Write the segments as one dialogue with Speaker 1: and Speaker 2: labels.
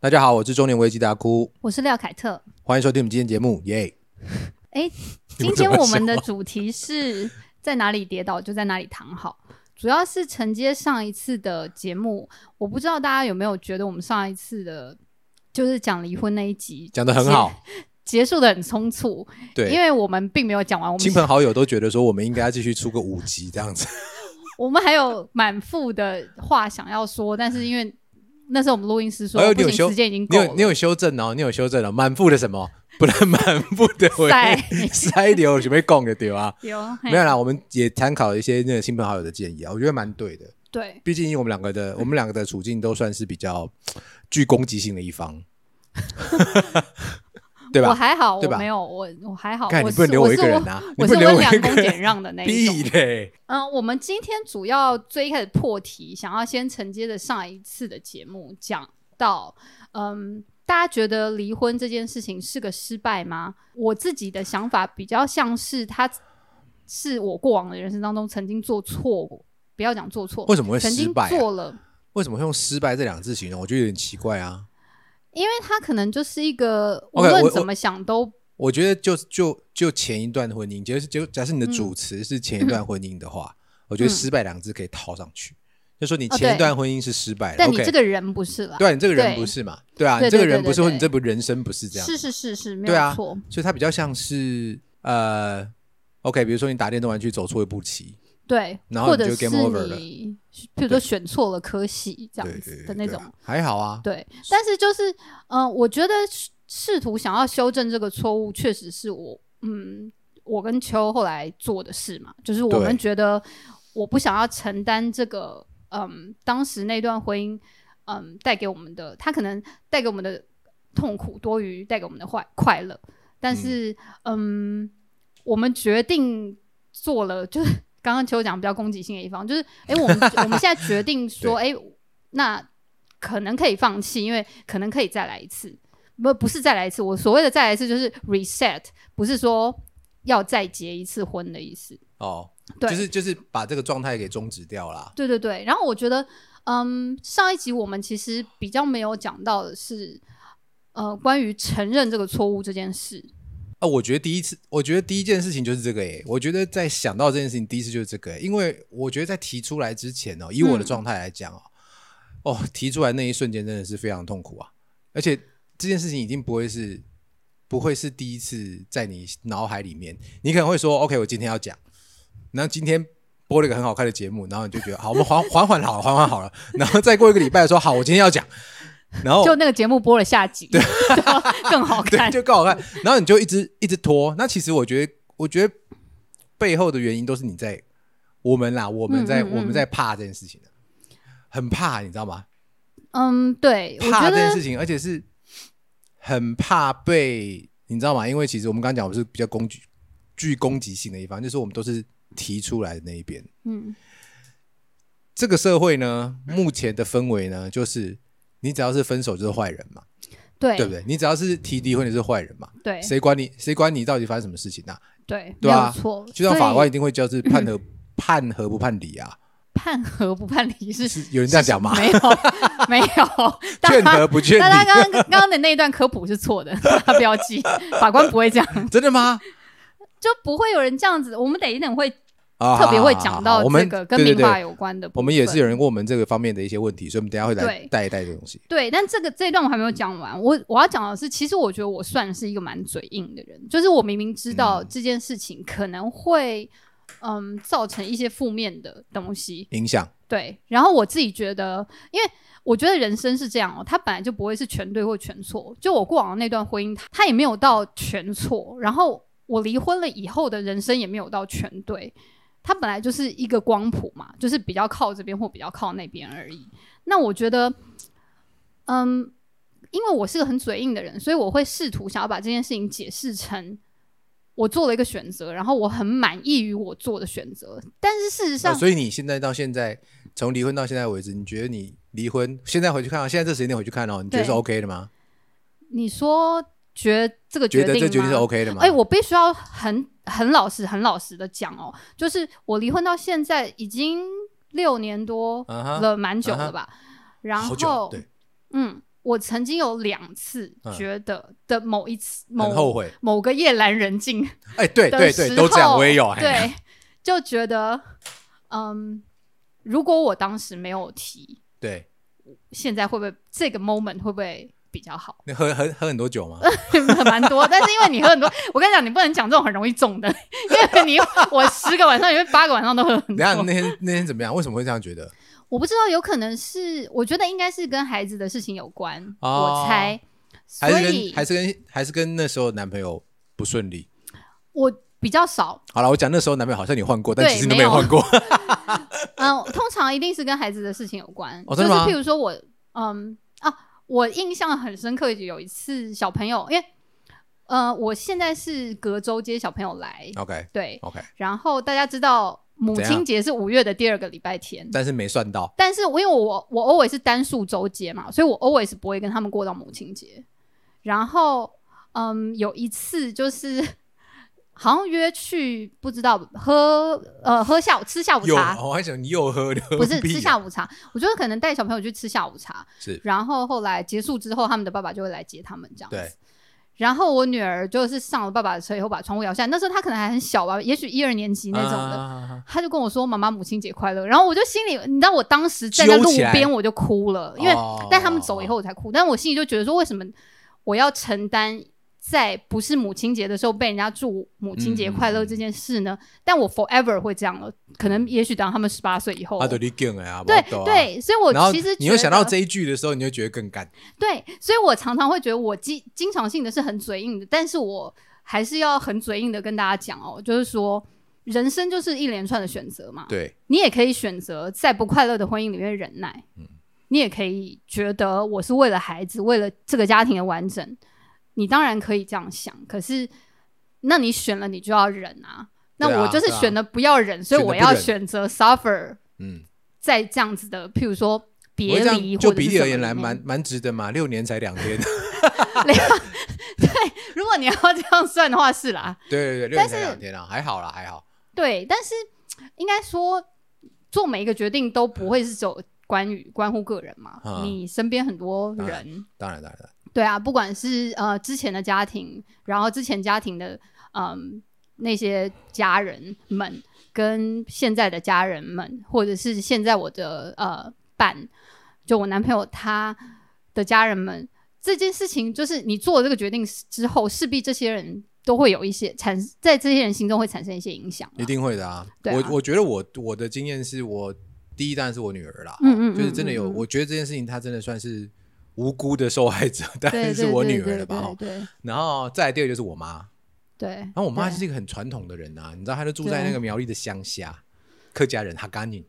Speaker 1: 大家好，我是中年危机大哭，
Speaker 2: 我是廖凯特。
Speaker 1: 欢迎收听我们今天节目，耶！
Speaker 2: 哎，
Speaker 1: 你
Speaker 2: 今
Speaker 1: 怎
Speaker 2: 天
Speaker 1: 么
Speaker 2: 我们的
Speaker 1: 笑
Speaker 2: 主题是在哪里跌倒就在哪里躺好，主要是承接上一次的节目。我不知道大家有没有觉得我们上一次的，就是讲离婚那一集
Speaker 1: 讲的很好，
Speaker 2: 结，结束的很匆促，因
Speaker 1: 对，
Speaker 2: 为我们并没有讲完，我
Speaker 1: 亲
Speaker 2: 们
Speaker 1: 朋好友都觉得说我们应该继续出个五集这 样子，
Speaker 2: 我们还有满腹的话想要说，但是因为那时候我们录音师说
Speaker 1: 哎呦，你
Speaker 2: 不
Speaker 1: 有
Speaker 2: 行，
Speaker 1: 修
Speaker 2: 时间已经
Speaker 1: 你
Speaker 2: 够
Speaker 1: 有
Speaker 2: 了，
Speaker 1: 你有修正哦，你有修正哦，满腹的什么？ 不能满腹的回
Speaker 2: 塞
Speaker 1: 忆， 塞流准备供的丢啊！
Speaker 2: 有
Speaker 1: 没有
Speaker 2: 嘿
Speaker 1: 啦，我们也参考了一些那个亲朋好友的建议啊，我觉得蛮对的。
Speaker 2: 对，
Speaker 1: 毕竟我们两个 的我们两个的处境都算是比较具攻击性的一方， 对
Speaker 2: 我
Speaker 1: 吧？
Speaker 2: 还好，
Speaker 1: 对
Speaker 2: 我
Speaker 1: 吧
Speaker 2: 没有，我我还好，
Speaker 1: 看
Speaker 2: 我
Speaker 1: 你
Speaker 2: 是
Speaker 1: 不能留
Speaker 2: 我
Speaker 1: 我一
Speaker 2: 是
Speaker 1: 个人啊，你不
Speaker 2: 我是
Speaker 1: 能留
Speaker 2: 温
Speaker 1: 我一
Speaker 2: 良
Speaker 1: 个
Speaker 2: 恭
Speaker 1: 人
Speaker 2: 俭，让的那一种
Speaker 1: 屁。嘞！
Speaker 2: 嗯，我们今天主要最一开始破题，想要先承接着上一次的节目，讲到，嗯，大家觉得离婚这件事情是个失败吗？我自己的想法比较像是，它是我过往的人生当中曾经做错过，不要讲做错，
Speaker 1: 为什么会
Speaker 2: 曾
Speaker 1: 失
Speaker 2: 经
Speaker 1: 败啊、
Speaker 2: 做了，
Speaker 1: 为什么会用失败这两个字形容？我觉得有点奇怪啊。
Speaker 2: 因为它可能就是一个无
Speaker 1: OK，我
Speaker 2: 论
Speaker 1: 我
Speaker 2: 怎么想都
Speaker 1: 我觉得就就就前一段婚姻，就是就假设你的主词是前一段婚姻的话，我觉得失败两个字可以套上去，就说你
Speaker 2: 嗯哦
Speaker 1: 前一
Speaker 2: 对
Speaker 1: 段婚姻是失败了，
Speaker 2: 但你这
Speaker 1: OK，
Speaker 2: 个人不是啦，
Speaker 1: 对啊，你这个人
Speaker 2: 对
Speaker 1: 不是嘛？对啊，
Speaker 2: 对
Speaker 1: 你这个
Speaker 2: 对对
Speaker 1: 人不是，
Speaker 2: 对
Speaker 1: 或
Speaker 2: 对
Speaker 1: 你这不人生不是这样，
Speaker 2: 是是是是，没
Speaker 1: 对啊
Speaker 2: 有错，
Speaker 1: 所以它比较像是呃，OK，比如说你打电动玩具走错一步棋，
Speaker 2: 对，
Speaker 1: 然后
Speaker 2: 或
Speaker 1: 你
Speaker 2: 者
Speaker 1: 就是 game over 了
Speaker 2: 你，比如说选错了科系这
Speaker 1: 对对
Speaker 2: 样子
Speaker 1: 对
Speaker 2: 的那
Speaker 1: 对
Speaker 2: 种
Speaker 1: 啊，还好啊，
Speaker 2: 对，但是就是，嗯、我觉得试试图想要修正这个错误，确实是我，嗯，我跟秋后来做的事嘛，就是我
Speaker 1: 对
Speaker 2: 们觉得我不想要承担这个，嗯，当时那段婚姻，嗯，带给我们的，他可能带给我们的痛苦多于带给我们的快快乐，但是，嗯，我们决定做了，就是 刚刚秋讲比较攻击性的一方，就是，哎、我们我们现在决定说，哎、那可能可以放弃，因为可能可以再来一次，不不是再来一次，我所谓的再来一次就是 reset，不是说要再结一次婚的意思。
Speaker 1: 哦，
Speaker 2: 对
Speaker 1: 就是就是把这个状态给终止掉啦。
Speaker 2: 对对对，然后我觉得，嗯，上一集我们其实比较没有讲到的是，呃，关于承认这个错误这件事。
Speaker 1: 啊，我觉得第一次，我觉得第一件事情就是这个诶、我觉得在想到这件事情，第一次就是这个、诶因为我觉得在提出来之前哦，以我的
Speaker 2: 嗯
Speaker 1: 状态来讲哦，哦，提出来那一瞬间真的是非常痛苦啊，而且这件事情已经不会是不会是第一次在你脑海里面，你可能会说，OK，我今天要讲，然后今天。播了一个很好看的节目，然后你就觉得好，我们缓缓缓好了，缓缓好了，然后再过一个礼拜说好，我今天要讲，然后
Speaker 2: 就那个节目播了下集，就更好
Speaker 1: 哦对，
Speaker 2: 看。
Speaker 1: 就更好看。然后你就一直一直拖。那其实我觉得，我觉得背后的原因都是你在我们啦，我们在、
Speaker 2: 嗯嗯嗯
Speaker 1: 我们在怕这件事情的，很怕，你知道吗？
Speaker 2: 嗯，对，我
Speaker 1: 怕
Speaker 2: 觉
Speaker 1: 这件
Speaker 2: 得
Speaker 1: 事情，而且是很怕被你知道吗？因为其实我们刚刚讲，我们是比较攻击具攻击性的一方，就是我们都是提出来的那一边。
Speaker 2: 嗯，
Speaker 1: 这个社会呢，目前的氛围呢，就是你只要是分手就是坏人嘛，
Speaker 2: 对
Speaker 1: 对不对？你只要是提离婚，你就是坏人嘛，
Speaker 2: 对
Speaker 1: 谁管你？谁管你到底发生什么事情啊？
Speaker 2: 对，
Speaker 1: 对啊
Speaker 2: 没有错。
Speaker 1: 就像法
Speaker 2: 所
Speaker 1: 官
Speaker 2: 以
Speaker 1: 一定会就是判和判和不判离啊，
Speaker 2: 判和不判离 是
Speaker 1: 是有人这样讲吗？
Speaker 2: 没有，没 有。大
Speaker 1: 劝
Speaker 2: 家
Speaker 1: 和不劝
Speaker 2: 大家
Speaker 1: 离，
Speaker 2: 刚刚刚刚的那一段科普是错的，大家不要记，法官不会这样，
Speaker 1: 真的吗？
Speaker 2: 就不会有人这样子。我们等一等会
Speaker 1: 啊，
Speaker 2: 特别会
Speaker 1: 好好
Speaker 2: 讲
Speaker 1: 好
Speaker 2: 到
Speaker 1: 我
Speaker 2: 这
Speaker 1: 们
Speaker 2: 个跟
Speaker 1: 对对
Speaker 2: 民
Speaker 1: 对
Speaker 2: 法有关的部分
Speaker 1: 我们也是有人问我们这个方面的一些问题，所以我们等一下会来
Speaker 2: 对
Speaker 1: 带一带这个东西。
Speaker 2: 对，但这个这一段我还没有讲完。我我要讲的是，其实我觉得我算是一个蛮嘴硬的人，就是我明明知道
Speaker 1: 嗯
Speaker 2: 这件事情可能会嗯造成一些负面的东西，
Speaker 1: 影响
Speaker 2: 对。然后我自己觉得，因为我觉得人生是这样哦，它本来就不会是全对或全错。就我过往的那段婚姻，它它也没有到全错，然后我离婚了以后的人生也没有到全对。它本来就是一个光谱嘛，就是比较靠这边或比较靠那边而已。那我觉得，嗯，因为我是个很嘴硬的人，所以我会试图想要把这件事情解释成我做了一个选择，然后我很满意于我做的选择。但是事实
Speaker 1: 啊，
Speaker 2: 上，
Speaker 1: 所以你现在到现在，从离婚到现在为止，你觉得你离婚现在回去看啊，现在这时间点回去看哦，你觉得是
Speaker 2: 对
Speaker 1: OK 的吗？
Speaker 2: 你说决这个
Speaker 1: 觉
Speaker 2: 决
Speaker 1: 得
Speaker 2: 定
Speaker 1: 这决定是
Speaker 2: 吗
Speaker 1: OK 的吗？
Speaker 2: 哎、我必须要很很老实、很老实的讲哦，就是我离婚到现在已经六年多
Speaker 1: 啊哈
Speaker 2: 了，蛮久了吧。然
Speaker 1: 嗯好久
Speaker 2: 后，
Speaker 1: 对，
Speaker 2: 嗯，我曾经有两次
Speaker 1: 嗯
Speaker 2: 觉得的某一次、
Speaker 1: 很后
Speaker 2: 某
Speaker 1: 悔。
Speaker 2: 某个夜阑人静
Speaker 1: 哎，对
Speaker 2: 的
Speaker 1: 对
Speaker 2: 时
Speaker 1: 对，都这样，
Speaker 2: 候
Speaker 1: 我也有。哎
Speaker 2: 对，就觉得嗯，如果我当时没有提，
Speaker 1: 对，
Speaker 2: 现在会不会这个 moment 会不会比较好？
Speaker 1: 你喝喝喝很多 酒吗？
Speaker 2: 蛮多，但是因为你喝很多，我跟你讲，你不能讲这种很容易中的， 因为你我十个晚上，有八个晚上都喝很
Speaker 1: 等一下
Speaker 2: 多。
Speaker 1: 那天那天怎么样？为什么会这样觉得？
Speaker 2: 我不知道，有可能是我觉得应该是跟孩子的事情有关，
Speaker 1: 哦
Speaker 2: 我猜。所
Speaker 1: 还是
Speaker 2: 以
Speaker 1: 跟还是跟还是跟那时候男朋友不顺利？
Speaker 2: 我比较少，
Speaker 1: 好了，我讲那时候男朋友好像你换过，但
Speaker 2: 对
Speaker 1: 其实你都
Speaker 2: 没
Speaker 1: 没
Speaker 2: 有
Speaker 1: 换 过。
Speaker 2: 嗯，通常一定是跟孩子的事情有关，
Speaker 1: 哦
Speaker 2: 就
Speaker 1: 真
Speaker 2: 是
Speaker 1: 的吗
Speaker 2: 譬如说我，嗯啊，我印象很深刻，有一次小朋友，因为呃，我现在是隔周接小朋友来，
Speaker 1: OK
Speaker 2: 对，
Speaker 1: OK，
Speaker 2: 然后大家知道母
Speaker 1: 哦怎样
Speaker 2: 亲节是五月的第二个礼拜天，
Speaker 1: 但是没算到。
Speaker 2: 但是我因为我我 always 是单数周节嘛，所以我 always 不会跟他们过到母亲节。然后，嗯，有一次就是 好像约去不知道喝呃喝下午吃下午
Speaker 1: 又
Speaker 2: 茶，
Speaker 1: 我还想你又喝啊的，
Speaker 2: 不是吃下
Speaker 1: 午
Speaker 2: 午茶，我觉得可能带小朋友去吃下午茶，
Speaker 1: 是
Speaker 2: 然后后来结束之后，他们的爸爸就会来接他们这样
Speaker 1: 对
Speaker 2: 子。然后我女儿就是上了爸爸的车以后，把窗户摇下来。那时候她可能还很小吧，也许一二年级那种
Speaker 1: 啊
Speaker 2: 的。
Speaker 1: 的，
Speaker 2: 他就跟我说：“妈妈，母亲节快乐。”然后我就心里，你知道，我当时站在路
Speaker 1: 揪起来
Speaker 2: 边我就哭了，因为
Speaker 1: 哦
Speaker 2: 但他们走以后我才哭，但我心里就觉得说，为什么我要承担在不是母亲节的时候被人家祝母亲节快乐这件事呢？但我 forever 会这样了，可能也许等到他们十八岁以后，
Speaker 1: 啊对，你梗了呀，
Speaker 2: 对
Speaker 1: 我懂啊。
Speaker 2: 对，所以
Speaker 1: 然后
Speaker 2: 我其实
Speaker 1: 你又
Speaker 2: 觉
Speaker 1: 想到
Speaker 2: 得
Speaker 1: 这一句的时候，你就觉得更干。
Speaker 2: 对，所以我常常会觉得我经经常性的是很嘴硬的，但是我还是要很嘴硬的跟大家讲哦，就是说人生就是一连串的选择嘛，
Speaker 1: 对，
Speaker 2: 你也可以选择在不快乐的婚姻里面忍耐，
Speaker 1: 嗯
Speaker 2: 你也可以觉得我是为了孩子，为了这个家庭的完整，你当然可以这样想。可是，那你选了，你就要忍啊。那
Speaker 1: 对啊
Speaker 2: 我就是
Speaker 1: 对啊
Speaker 2: 选了不要忍，所以
Speaker 1: 选择
Speaker 2: 我
Speaker 1: 不
Speaker 2: 要
Speaker 1: 忍
Speaker 2: 选择 suffer
Speaker 1: 嗯，
Speaker 2: 在这样子的，譬如说
Speaker 1: 我会
Speaker 2: 别
Speaker 1: 这
Speaker 2: 离
Speaker 1: 样
Speaker 2: 或
Speaker 1: 就
Speaker 2: 者是
Speaker 1: 比
Speaker 2: 什
Speaker 1: 例
Speaker 2: 么
Speaker 1: 而言
Speaker 2: 里
Speaker 1: 来，
Speaker 2: 面
Speaker 1: 蛮蛮值得嘛，六年才两天。
Speaker 2: 如果你要这样算的话，是啦，
Speaker 1: 对对对，六
Speaker 2: 但
Speaker 1: 年
Speaker 2: 是
Speaker 1: 才两天啊，还好啦，还好。
Speaker 2: 对。但是应该说，做每一个决定都不会是走关于关乎个人嘛，
Speaker 1: 啊
Speaker 2: 你身边很多
Speaker 1: 当然
Speaker 2: 人。
Speaker 1: 当然当然，当然
Speaker 2: 对啊，不管是呃之前的家庭，然后之前家庭的嗯、那些家人们，跟现在的家人们，或者是现在我的呃伴，就我男朋友他的家人们，这件事情就是你做了这个决定之后，势必这些人都会有一些产，在这些人心中会产生一些影响嘛。
Speaker 1: 一定会的啊。
Speaker 2: 对啊
Speaker 1: 我我觉得我我的经验是我第一当然是我女儿啦，
Speaker 2: 嗯嗯嗯
Speaker 1: 就是真的有，
Speaker 2: 嗯嗯
Speaker 1: 我觉得这件事情她真的算是无辜的受害者，当
Speaker 2: 对
Speaker 1: 然 是
Speaker 2: 对
Speaker 1: 我
Speaker 2: 对
Speaker 1: 女儿
Speaker 2: 对
Speaker 1: 了吧？
Speaker 2: 对
Speaker 1: 哦
Speaker 2: 对
Speaker 1: 然后再来第二个就是我妈，
Speaker 2: 对
Speaker 1: 然后我妈
Speaker 2: 对啊
Speaker 1: 是一个很传统的人啊，你知道，她就住在那个苗栗的乡下，客家人哈嘎宁，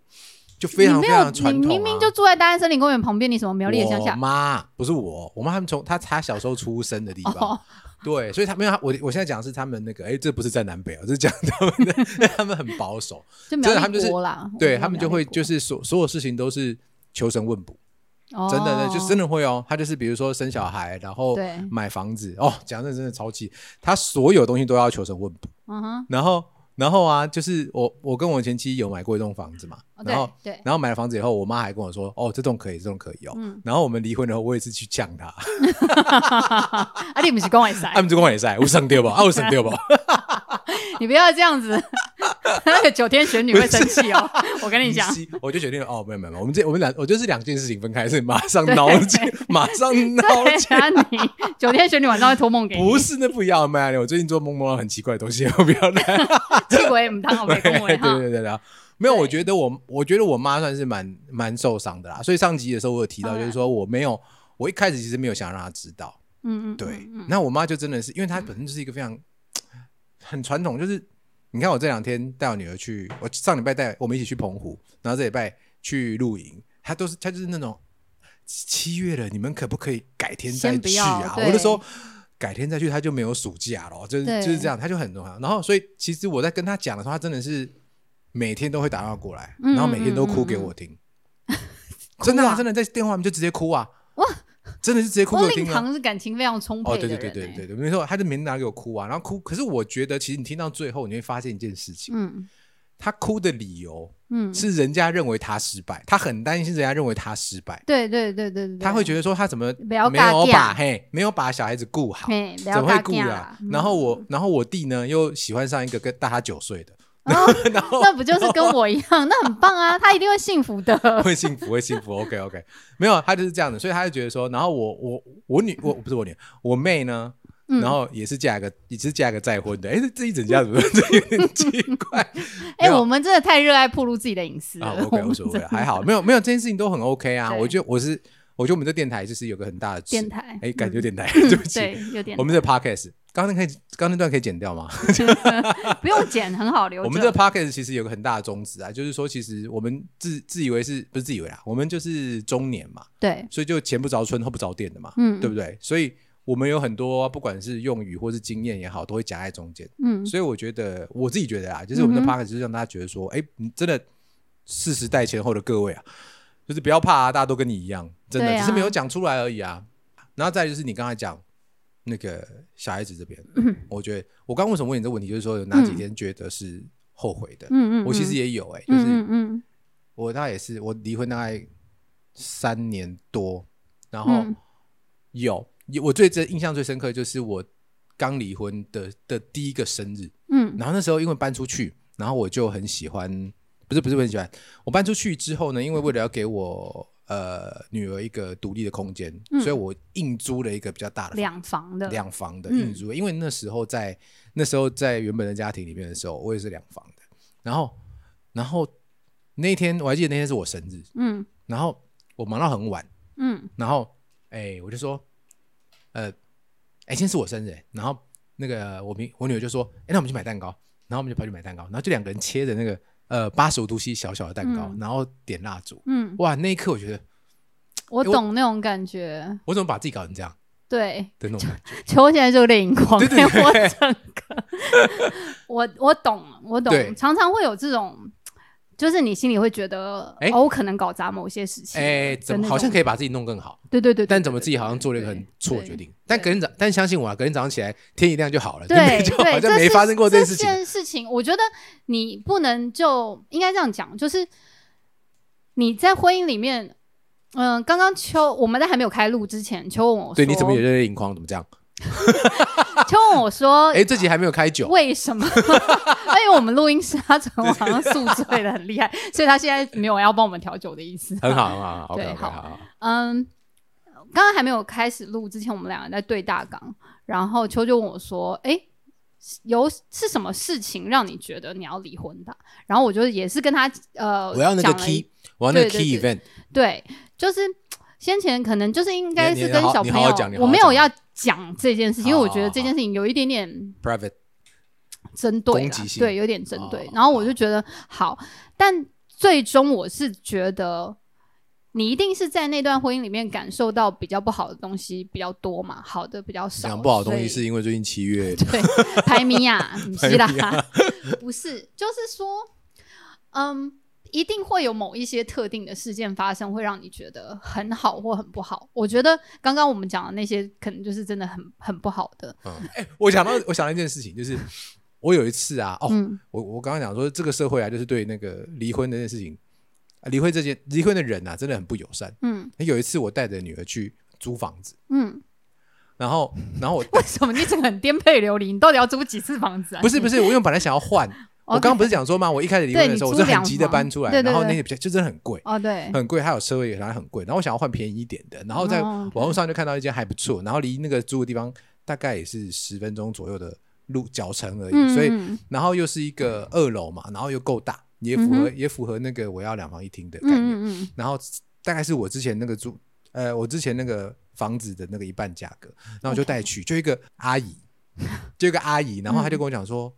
Speaker 1: 就非常
Speaker 2: 你
Speaker 1: 非
Speaker 2: 没有
Speaker 1: 常传
Speaker 2: 你
Speaker 1: 统、啊。
Speaker 2: 明明就住在大安森林公园旁边，你什么苗栗的乡
Speaker 1: 我
Speaker 2: 下？
Speaker 1: 妈不是我，我妈他们从她她小时候出生的地方，
Speaker 2: 哦
Speaker 1: 对，所以他没有她我我现在讲的是他们那个，哎，这不是在南北哦，这是讲他们 的，因为他们很保守，
Speaker 2: 就
Speaker 1: 真的
Speaker 2: 苗
Speaker 1: 他们
Speaker 2: 栗
Speaker 1: 就是
Speaker 2: 国啦。我知
Speaker 1: 对
Speaker 2: 道
Speaker 1: 他们
Speaker 2: 苗
Speaker 1: 就
Speaker 2: 栗
Speaker 1: 会
Speaker 2: 国
Speaker 1: 就是所所有事情都是求神问卜，
Speaker 2: 哦
Speaker 1: 真的呢，就真的哦会哦，他就是比如说生小孩，然后
Speaker 2: 对
Speaker 1: 买房子，哦，讲的真的超气，他所有东西都要求神问卜，
Speaker 2: 嗯哼，
Speaker 1: 然后然后啊，就是我我跟我前妻有买过一栋房子嘛，
Speaker 2: 哦
Speaker 1: 然后
Speaker 2: 对对，
Speaker 1: 然后买了房子以后，我妈还跟我说：“哦，这栋可以，这栋可以哦。
Speaker 2: 嗯哎
Speaker 1: 然后我们离婚了后，我也是去呛她，
Speaker 2: 啊，你不是跟我塞
Speaker 1: 啊，，你这公也赛，我省掉吧，啊，我省掉吧。
Speaker 2: 你不要这样子，那个九天玄女会生气哦。我 跟你讲，
Speaker 1: 是我就决定了，哦，没有没有，没有我们这我们两，我就是两件事情分开，是马上闹起，马上闹
Speaker 2: 对
Speaker 1: 起。
Speaker 2: 啊，你九天玄女晚上会托梦给
Speaker 1: 不
Speaker 2: 你，
Speaker 1: 是，那不一样，麦我最近做梦梦到很奇怪的东西，我不要 来。
Speaker 2: 这我也唔当我没恭
Speaker 1: 对
Speaker 2: 维哈。嗯
Speaker 1: 对对对，没有，
Speaker 2: 对
Speaker 1: 我觉得我我觉得我妈算是蛮蛮受伤的啦。所以上集的时候我有提到，
Speaker 2: 当
Speaker 1: 就
Speaker 2: 然
Speaker 1: 是说我没有，我一开始其实没有想让她知道，
Speaker 2: 嗯嗯，
Speaker 1: 对
Speaker 2: 嗯，嗯
Speaker 1: 那我妈就真的是，因为她本身就是一个非常很传统，就是你看我这两天带我女儿去，我上礼拜带我们一起去澎湖，然后这礼拜去露营，她都是她就是那种七月了，你们可不可以改天再
Speaker 2: 先不
Speaker 1: 去
Speaker 2: 要
Speaker 1: 啊？我
Speaker 2: 对
Speaker 1: 就说改天再去，她就没有暑假了，就是
Speaker 2: 对
Speaker 1: 就是这样，她就很重要。然后所以其实我在跟她讲的时候，她真的是每天都会打电话过来，
Speaker 2: 嗯
Speaker 1: 然后每天都哭
Speaker 2: 嗯嗯
Speaker 1: 给
Speaker 2: 嗯
Speaker 1: 我 听，真的、
Speaker 2: 哭
Speaker 1: 啊、
Speaker 2: 啊
Speaker 1: 真的在电话里面就直接哭啊，真的是直接哭给
Speaker 2: 汪
Speaker 1: 我
Speaker 2: 令
Speaker 1: 听啊。
Speaker 2: 堂是感情非常充
Speaker 1: 哦，
Speaker 2: 沛
Speaker 1: 对
Speaker 2: 的
Speaker 1: 对
Speaker 2: 人，欸
Speaker 1: 对对对，对，没错，他就没拿给我哭啊，然后哭。可是我觉得，其实你听到最后，你会发现一件事情，
Speaker 2: 嗯，
Speaker 1: 他哭的理由
Speaker 2: 嗯，
Speaker 1: 是人家认为他失败，他很担心人家认为他失败，
Speaker 2: 对对对对对，
Speaker 1: 他会觉得说他怎么
Speaker 2: 不要
Speaker 1: 没有
Speaker 2: 尬
Speaker 1: 把
Speaker 2: 架
Speaker 1: 嘿没有把小孩子顾好，
Speaker 2: 嘿，不
Speaker 1: 怎
Speaker 2: 要
Speaker 1: 么会
Speaker 2: 尬
Speaker 1: 顾
Speaker 2: 架
Speaker 1: 啦
Speaker 2: 啦？嗯
Speaker 1: 然后我，然后我弟呢又喜欢上一个跟大他九岁的，
Speaker 2: 哦
Speaker 1: 然后
Speaker 2: 那不就是跟我一样？那很棒啊，他一定会幸 福的。
Speaker 1: 会幸福，会幸福。OK OK，没有，他就是这样的，所以他就觉得说，然后我我我女我不是我女，我妹呢，
Speaker 2: 嗯
Speaker 1: 然后也是嫁一个也是嫁一个再婚的，哎，这这一整家怎么 这有点奇 怪？没
Speaker 2: 哎、
Speaker 1: 有
Speaker 2: 我们真的太热爱暴露自己的隐私了。
Speaker 1: 啊
Speaker 2: 我
Speaker 1: ，OK
Speaker 2: 们
Speaker 1: 无所谓
Speaker 2: 真
Speaker 1: 了，
Speaker 2: 的
Speaker 1: 还好，没有没有这件事情都很 OK 啊。
Speaker 2: 对
Speaker 1: 我觉得我是我觉得我们这电台就是有个很大的
Speaker 2: 电，台，
Speaker 1: 哎，感觉
Speaker 2: 嗯
Speaker 1: 有点台，对不起，
Speaker 2: 对，有点
Speaker 1: 我们这 Podcast 刚刚那可以刚刚那段可以剪掉吗？
Speaker 2: 不用剪，很好留着。
Speaker 1: 我们这 podcast 其实有个很大的宗旨啊，就是说，其实我们自自以为是不是自以为啦，我们就是中年嘛，
Speaker 2: 对，
Speaker 1: 所以就前不着村后不着店的嘛，
Speaker 2: 嗯，
Speaker 1: 对不对？所以我们有很多不管是用语或是经验也好，都会夹在中间。
Speaker 2: 嗯，
Speaker 1: 所以我觉得我自己觉得啦，就是我们的
Speaker 2: 嗯哼
Speaker 1: podcast 就是让大家觉得说，哎、你真的四十代前后的各位啊，就是不要怕啊，大家都跟你一样，真的、
Speaker 2: 对啊
Speaker 1: 只是没有讲出来而已啊。然后再就是你刚才讲那个小孩子这边，
Speaker 2: 嗯
Speaker 1: 我觉得我刚为什么问你这个问题，就是说有哪几天觉得是后悔的？
Speaker 2: 嗯嗯，
Speaker 1: 我其实
Speaker 2: 也
Speaker 1: 也有哎、就
Speaker 2: 嗯
Speaker 1: 是
Speaker 2: 嗯嗯
Speaker 1: 我大概也是我离婚大概三年多，然后
Speaker 2: 嗯
Speaker 1: 有也我最最印象最深刻就是我刚离婚的的第一个生日，
Speaker 2: 嗯
Speaker 1: 然后那时候因为搬出去，然后我就很喜欢，不是不是很喜欢，我搬出去之后呢，因为为了要给我呃女儿一个独立的空间，
Speaker 2: 嗯
Speaker 1: 所以我硬租了一个比较大的
Speaker 2: 嗯，
Speaker 1: 房
Speaker 2: 两房的，
Speaker 1: 两房的
Speaker 2: 嗯
Speaker 1: 硬租，因为那时候在那时候在原本的家庭里面的时候，我也是两房的。然后，然后那天我还记得那天是我生日，
Speaker 2: 嗯
Speaker 1: 然后我忙到很晚，
Speaker 2: 嗯
Speaker 1: 然后哎、我就说，呃，哎、今天是我生日、哎然后那个我明我女儿就说，哎、那我们去买蛋糕，然后我们就跑去买蛋糕，然后就两个人切着那个呃八十五度 C 小小的蛋糕，
Speaker 2: 嗯
Speaker 1: 然后点蜡烛，
Speaker 2: 嗯，
Speaker 1: 哇，那一刻我觉得
Speaker 2: 我
Speaker 1: 哎我
Speaker 2: 懂那种感觉，
Speaker 1: 我怎么把自己搞成这样
Speaker 2: 对，
Speaker 1: 的那种感觉。
Speaker 2: 球现在就有点荧光，
Speaker 1: 对对对
Speaker 2: 我整个， 我我懂，我
Speaker 1: 对
Speaker 2: 懂，常常会有这种，就是你心里会觉得，
Speaker 1: 哎
Speaker 2: 哦，我可能搞砸某些事情，
Speaker 1: 哎，怎么好像可以把自己弄更好？
Speaker 2: 以，对对对，
Speaker 1: 但
Speaker 2: 对
Speaker 1: 怎么
Speaker 2: 对
Speaker 1: 自己好像
Speaker 2: 对
Speaker 1: 做了一
Speaker 2: 对
Speaker 1: 个很
Speaker 2: 对
Speaker 1: 错的决定？但隔天早，但相信我啊，隔天早上起来天一亮就好了，就
Speaker 2: 对
Speaker 1: 没
Speaker 2: 对，
Speaker 1: 就好
Speaker 2: 这
Speaker 1: 像没
Speaker 2: 是
Speaker 1: 发生过这件事情。
Speaker 2: 件事情，我觉得你不能就应该这样讲，就是你在婚姻里面，嗯、刚刚秋我们在还没有开录之前，秋问我说，
Speaker 1: 对，你怎么也热泪盈眶？怎么这样？
Speaker 2: 秋问我说，
Speaker 1: 哎，这集还没有开酒，
Speaker 2: 为什么？因为我们录音师阿成好像宿醉的很厉害，所以他现在没有要帮我们调酒的意思。
Speaker 1: 很好，很好，OK，
Speaker 2: 对
Speaker 1: OK，
Speaker 2: 好
Speaker 1: 好，
Speaker 2: 嗯，刚刚还没有开始录之前，我们两个在对大纲，然后秋就问我说：“哎、有是什么事情让你觉得你要离婚的？”然后我就也是跟他呃，
Speaker 1: 我要那个
Speaker 2: 讲了一
Speaker 1: key，我要那个
Speaker 2: 对对
Speaker 1: key event，
Speaker 2: 对，就是先前可能就是应该
Speaker 1: 你你
Speaker 2: 是跟
Speaker 1: 好
Speaker 2: 小
Speaker 1: 你
Speaker 2: 朋
Speaker 1: 好
Speaker 2: 友
Speaker 1: 好，讲你好
Speaker 2: 我
Speaker 1: 好
Speaker 2: 没有
Speaker 1: 讲
Speaker 2: 要讲这件事情，因为我觉
Speaker 1: 好好
Speaker 2: 得
Speaker 1: 好
Speaker 2: 这件事情有一点点。
Speaker 1: private
Speaker 2: 针对
Speaker 1: 攻
Speaker 2: 啦
Speaker 1: 击性
Speaker 2: 对，有点针对。
Speaker 1: 哦
Speaker 2: 然后我就觉得好，但最终我是觉得你一定是在那段婚姻里面感受到比较不好的东西比较多嘛，好的比较少。
Speaker 1: 讲不好的东西
Speaker 2: 所
Speaker 1: 是
Speaker 2: 以
Speaker 1: 因为最近七月
Speaker 2: 对排名呀，不是
Speaker 1: 排名
Speaker 2: 啦，不是，就是说，嗯。一定会有某一些特定的事件发生，会让你觉得很好或很不好。我觉得刚刚我们讲的那些，可能就是真的很很不好的。
Speaker 1: 哦我想到我想到一件事情，就是我有一次啊，哦，
Speaker 2: 嗯
Speaker 1: 我我刚刚讲说这个社会啊，就是对那个离婚的那件事情，啊离婚这件离婚的人啊，真的很不友善。
Speaker 2: 嗯
Speaker 1: 有一次我带着女儿去租房子，
Speaker 2: 嗯，
Speaker 1: 然后然后我
Speaker 2: 为 什么你整个很颠沛流离？你到底要租几次房子 啊？
Speaker 1: 不是不是，我因为我本来想要 换，我
Speaker 2: OK
Speaker 1: 刚刚不是讲说吗？我一开始离婚的时候，我
Speaker 2: 哦对
Speaker 1: 是
Speaker 2: 你租
Speaker 1: 很急着
Speaker 2: 两房啊
Speaker 1: 搬出来，
Speaker 2: 对对
Speaker 1: 然后
Speaker 2: 对
Speaker 1: 那些比较就真的很贵，
Speaker 2: 哦，对，
Speaker 1: 很贵，它有车位也然后很贵，然后我想要换便宜一点的，然后在
Speaker 2: 哦
Speaker 1: 网
Speaker 2: ，OK
Speaker 1: 络上就看到一间还不错，然后离那个住的地方大概也是十分钟左右的路脚程而已，所以
Speaker 2: 嗯
Speaker 1: 然后又是一个二楼嘛，然后又够大，也符合也符合那个我要两房一厅的概念，
Speaker 2: 嗯嗯
Speaker 1: 然后大概是我之前那个住呃我之前那个房子的那个一半价格，然后我就带去，就一个阿姨， 就一个阿姨，然后她
Speaker 2: 嗯
Speaker 1: 就跟我讲说。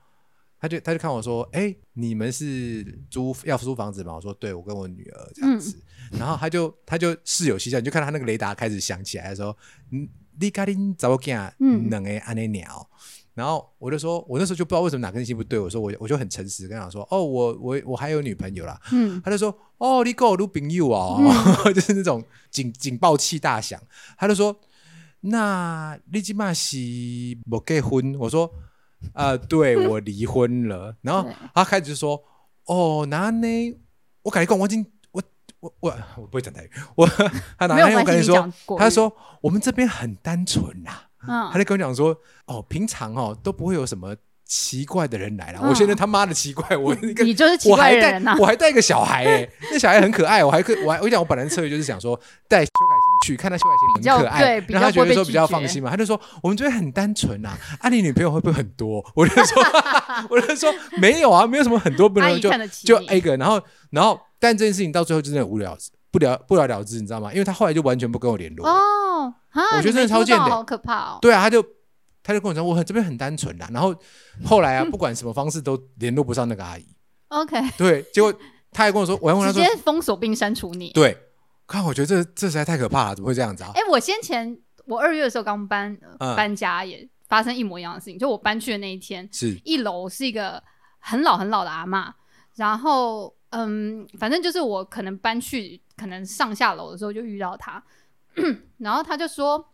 Speaker 1: 她就她就看我说，哎、你们是租要租房子吗？我说对，我跟我女儿这样子。
Speaker 2: 嗯
Speaker 1: 然后她就她就室友蹊跷，你就看到她那个雷达开始响起来的时候，嗯，你家你怎么讲？
Speaker 2: 嗯
Speaker 1: 两个安尼鸟。然后我就说，我那时候就不知道为什么哪根筋不对，我说我我就很诚实跟她讲说，哦，我我我还有女朋友啦。
Speaker 2: 嗯
Speaker 1: 他就说：“哦，你够鲁朋友哦， 就是那种警警报器大响。”他就说：“那你今嘛是 不结婚？”我说：“啊、对我离婚了。”然后
Speaker 2: 对
Speaker 1: 他开始就说：“哦，那呢，我跟你讲，我已经我我我我不会讲台语，我他拿
Speaker 2: 没有
Speaker 1: 那我
Speaker 2: 关
Speaker 1: 跟你
Speaker 2: 系，你
Speaker 1: 说
Speaker 2: 讲，国语
Speaker 1: 他，说我们这边很单纯啦、
Speaker 2: 嗯
Speaker 1: 他，就跟我讲说，哦，平常哦都不会有什么奇怪的人来啦。
Speaker 2: 嗯
Speaker 1: 我现在他妈的奇怪，我一个
Speaker 2: 你就是奇
Speaker 1: 我
Speaker 2: 怪
Speaker 1: 还
Speaker 2: 的
Speaker 1: 带
Speaker 2: 人啊呐、
Speaker 1: 我还带个小孩哎、 那小孩很可爱，我还可我还我讲我本来的策略就是想说带修改型去看他修改型
Speaker 2: 比较
Speaker 1: 很可爱，
Speaker 2: 对
Speaker 1: 让他
Speaker 2: 比
Speaker 1: 觉
Speaker 2: 较不会
Speaker 1: 得
Speaker 2: 被
Speaker 1: 说
Speaker 2: 拒
Speaker 1: 比较
Speaker 2: 绝
Speaker 1: 放心嘛。他就说我们这边很单纯呐、啊，你女朋友会不会很多？我就说 我就说没有啊，没有什么很多不
Speaker 2: 阿
Speaker 1: 能
Speaker 2: 姨
Speaker 1: 就
Speaker 2: 看得起
Speaker 1: 就哎
Speaker 2: 你
Speaker 1: A 个，然后然后但这件事情到最后就真的无聊不了不了了之，你知道吗？因为他后来就完全不跟我联络了。
Speaker 2: 哦，啊，
Speaker 1: 我觉得
Speaker 2: 你没
Speaker 1: 真的超
Speaker 2: 听到
Speaker 1: 贱的
Speaker 2: 好可怕哦。
Speaker 1: 对啊，他就他就跟我说，我很这边很单纯啦。然后后来啊，不管什么方式都联络不上那个阿姨。
Speaker 2: OK，
Speaker 1: 对，结果他还跟我说，我还问他
Speaker 2: 直
Speaker 1: 说，
Speaker 2: 接封锁并删除你。
Speaker 1: 对，看我觉得这这实在太可怕了，怎么会这样子啊？
Speaker 2: 哎、我先前我二月的时候刚搬、呃
Speaker 1: 嗯
Speaker 2: 搬家，也发生一模一样的事情。就我搬去的那一天，
Speaker 1: 是
Speaker 2: 一楼是一个很老很老的阿嬷，然后嗯，反正就是我可能搬去，可能上下楼的时候就遇到她， 然后她就说。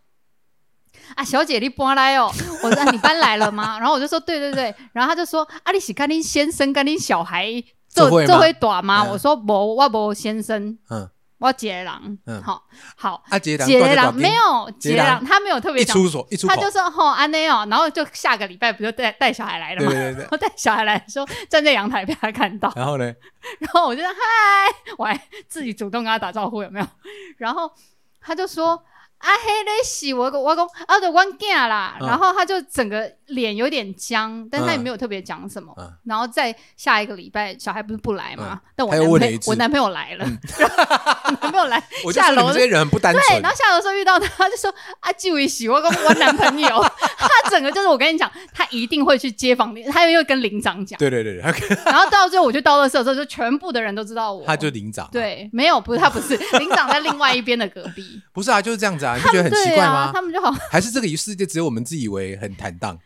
Speaker 2: 啊，小姐，你搬来哦！我说、啊、你搬来了吗？ 然后我就说对对对，然后她就说啊，你是跟你先生跟你小孩
Speaker 1: 做伙吗
Speaker 2: 做会短吗？
Speaker 1: 嗯
Speaker 2: 我说无，我无先生，
Speaker 1: 嗯，
Speaker 2: 我一个人，
Speaker 1: 嗯
Speaker 2: 好好，
Speaker 1: 阿杰郎，
Speaker 2: 杰
Speaker 1: 断
Speaker 2: 郎
Speaker 1: 断冰
Speaker 2: 没有杰
Speaker 1: 杰郎
Speaker 2: 郎，他没有特别
Speaker 1: 一
Speaker 2: 讲，
Speaker 1: 出手一出口
Speaker 2: 他，就说吼安内哦，然后就下个礼拜不就带带小孩来了
Speaker 1: 对
Speaker 2: 嘛，
Speaker 1: 对对对
Speaker 2: 然。后带小孩来的时候站在阳台被他看到，
Speaker 1: 然后呢？
Speaker 2: 然后我就说嗨，我还自己主动跟他打招呼有没有？然后他就说。啊嘿嘞洗我我公啊对我囝啦，
Speaker 1: 嗯
Speaker 2: 然后他就整个脸有点僵，但他也
Speaker 1: 嗯
Speaker 2: 没有特别讲什么。
Speaker 1: 嗯
Speaker 2: 然后在下一个礼拜，小孩不是不来嘛？但我
Speaker 1: 他又嗯
Speaker 2: 男
Speaker 1: 问了
Speaker 2: 朋
Speaker 1: 一
Speaker 2: 友
Speaker 1: 次
Speaker 2: 我男朋友来了，我男朋友来
Speaker 1: 我就
Speaker 2: 下
Speaker 1: 说你
Speaker 2: 楼
Speaker 1: 们这些人很不单
Speaker 2: 对，
Speaker 1: 纯
Speaker 2: 然。后下楼的时候遇到他，他就说啊，就一起，我跟 我男朋友，他整个就是我跟你讲，他一定会去街坊邻，他又又跟邻长讲，
Speaker 1: 对对对对，他 跟
Speaker 2: 然后到最后我去到垃圾的时候，就全部的人都知道我，
Speaker 1: 他就领长。，
Speaker 2: 对，没有，不是他不是邻长在另外一边的隔壁，
Speaker 1: 不是啊，就是这样子啊，你不觉得 很奇
Speaker 2: 对
Speaker 1: 怪
Speaker 2: 啊，
Speaker 1: 吗？
Speaker 2: 他们就好，
Speaker 1: 还是这个世界只有我们自以为很坦荡？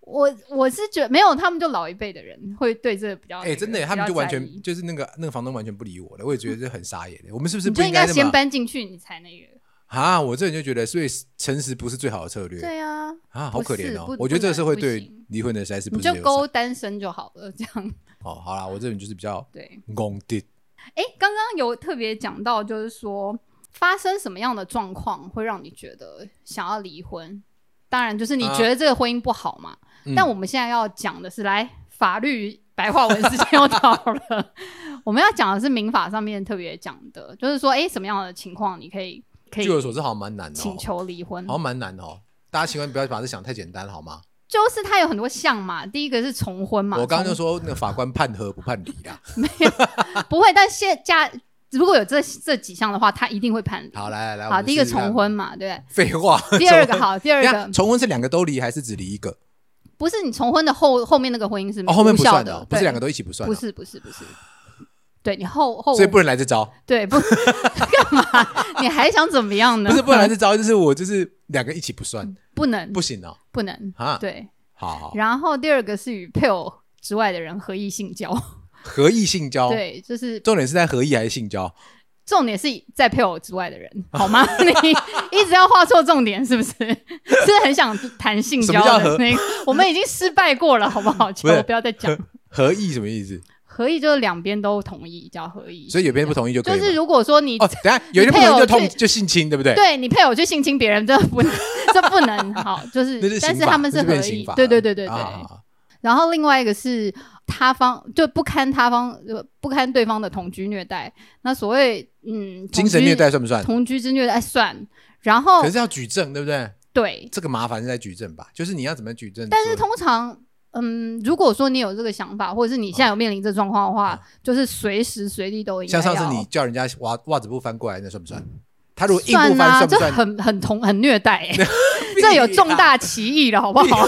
Speaker 2: 我我是觉得没有，他们就老一辈的人会哦对这个比较那
Speaker 1: 哎，
Speaker 2: 个，
Speaker 1: 真的耶，
Speaker 2: 比
Speaker 1: 他们
Speaker 2: 较
Speaker 1: 就完
Speaker 2: 在意
Speaker 1: 全就是那个那个房东完全不理我了，我也觉得这很傻眼的。我们是不是
Speaker 2: 你
Speaker 1: 不
Speaker 2: 就
Speaker 1: 应
Speaker 2: 应
Speaker 1: 该
Speaker 2: 该
Speaker 1: 这
Speaker 2: 先
Speaker 1: 么
Speaker 2: 搬进去，你才那个，
Speaker 1: 啊？我这人就觉得，所以诚实不是最好的策略。
Speaker 2: 对啊，
Speaker 1: 啊，好
Speaker 2: 不
Speaker 1: 可
Speaker 2: 是
Speaker 1: 怜哦
Speaker 2: 不！
Speaker 1: 我觉得这个社会
Speaker 2: 不
Speaker 1: 对
Speaker 2: 行
Speaker 1: 离婚的实在是不
Speaker 2: 你
Speaker 1: 是
Speaker 2: 就
Speaker 1: 友
Speaker 2: 勾
Speaker 1: 善。
Speaker 2: 单身就好了，这样
Speaker 1: 哦，好啦，我这人就是比较
Speaker 2: 对。
Speaker 1: 公地，
Speaker 2: 哎，刚刚有特别讲到，就是说发生什么样的状况会让你觉得想要离婚？当然，就是你
Speaker 1: 啊
Speaker 2: 觉得这个婚姻不好嘛。
Speaker 1: 嗯
Speaker 2: 但我们现在要讲的是，来法律白话文时间又到了， 我们要讲的是民法上面特别讲的，就是说，哎，什么样的情况你可以可
Speaker 1: 据
Speaker 2: 以
Speaker 1: 我所知好像蛮难的、
Speaker 2: 请
Speaker 1: 哦，
Speaker 2: 求离婚
Speaker 1: 好？像蛮难的哦。大家千万不要把这想太简单，好吗？
Speaker 2: 就是它有很多项嘛，第一个是重婚嘛，
Speaker 1: 我刚刚就
Speaker 2: 重
Speaker 1: 说那个法官判和不判离啊 啦。
Speaker 2: 不会，但现加如果有这这几项的话，他一定会判离。
Speaker 1: 好，来来来，我
Speaker 2: 好，
Speaker 1: 们
Speaker 2: 第一个
Speaker 1: 试试看
Speaker 2: 重。婚嘛，对不对。
Speaker 1: 废话，
Speaker 2: 第二个
Speaker 1: 重婚。
Speaker 2: 好，第二
Speaker 1: 等一
Speaker 2: 个
Speaker 1: 下重婚是两个都离还是只离一个？
Speaker 2: 不是你重婚的后后面那个婚姻是
Speaker 1: 哦，后面
Speaker 2: 无
Speaker 1: 不
Speaker 2: 效
Speaker 1: 算
Speaker 2: 的
Speaker 1: 哦，，不是
Speaker 2: 对
Speaker 1: 两个，都一起不算、哦
Speaker 2: 不，是不哦是不是，对你后后
Speaker 1: 所以不能来这招，
Speaker 2: 对不干嘛？你还想怎么样呢？
Speaker 1: 不是不能来这招，就是我就是两个一起不算，
Speaker 2: 不能
Speaker 1: 不行哦。
Speaker 2: 不能
Speaker 1: 啊，
Speaker 2: 嗯对。
Speaker 1: 好好，
Speaker 2: 然后第二个是与配偶之外的人合意性交，
Speaker 1: 合意性交，
Speaker 2: 对，就是
Speaker 1: 重点是在合意还是性交？
Speaker 2: 重点是在配偶之外的人，好吗？你一直要画错重点，是不 是？是很想谈性
Speaker 1: 什
Speaker 2: 交
Speaker 1: 么叫
Speaker 2: 的
Speaker 1: 合
Speaker 2: 那个，我们已经失败过了，好不好？求
Speaker 1: 不是
Speaker 2: 不要再讲
Speaker 1: 合。合意什么意思？
Speaker 2: 合意就是两边都同意叫合意，
Speaker 1: 所以有边不同意就可
Speaker 2: 就
Speaker 1: 以吗
Speaker 2: 是如果说你
Speaker 1: 哦，等一下有一个不
Speaker 2: 配
Speaker 1: 同意
Speaker 2: 偶
Speaker 1: 就痛
Speaker 2: 去
Speaker 1: 就性侵，对不对？
Speaker 2: 对你配偶去性侵别人，这不能， 这不能好，就是，
Speaker 1: 那是
Speaker 2: 但
Speaker 1: 刑
Speaker 2: 是
Speaker 1: 法，
Speaker 2: 他们
Speaker 1: 那
Speaker 2: 是
Speaker 1: 就
Speaker 2: 合
Speaker 1: 变
Speaker 2: 意
Speaker 1: 刑法，了。
Speaker 2: 对对对对对。
Speaker 1: 啊
Speaker 2: 然后另外一个是他方就不堪他方呃不堪对方的同居虐待，那所谓嗯
Speaker 1: 精神虐、待算不算
Speaker 2: 同居？同居之虐待哎算，然后
Speaker 1: 可是要举证，对不对？
Speaker 2: 对，
Speaker 1: 这个麻烦是在举证吧？就是你要怎么举证？
Speaker 2: 但
Speaker 1: 说
Speaker 2: 是通常。嗯，如果说你有这个想法，或者是你现在有面临这状况的话，就是随时随地都应该
Speaker 1: 啊像
Speaker 2: 要啊
Speaker 1: 上次你叫人家袜袜子不翻过来，那算不算？他如果硬
Speaker 2: 算
Speaker 1: 不翻，
Speaker 2: 啊，
Speaker 1: 算不
Speaker 2: 这
Speaker 1: 算？
Speaker 2: 很很同很虐待、欸， 这有重大歧义了，好不好？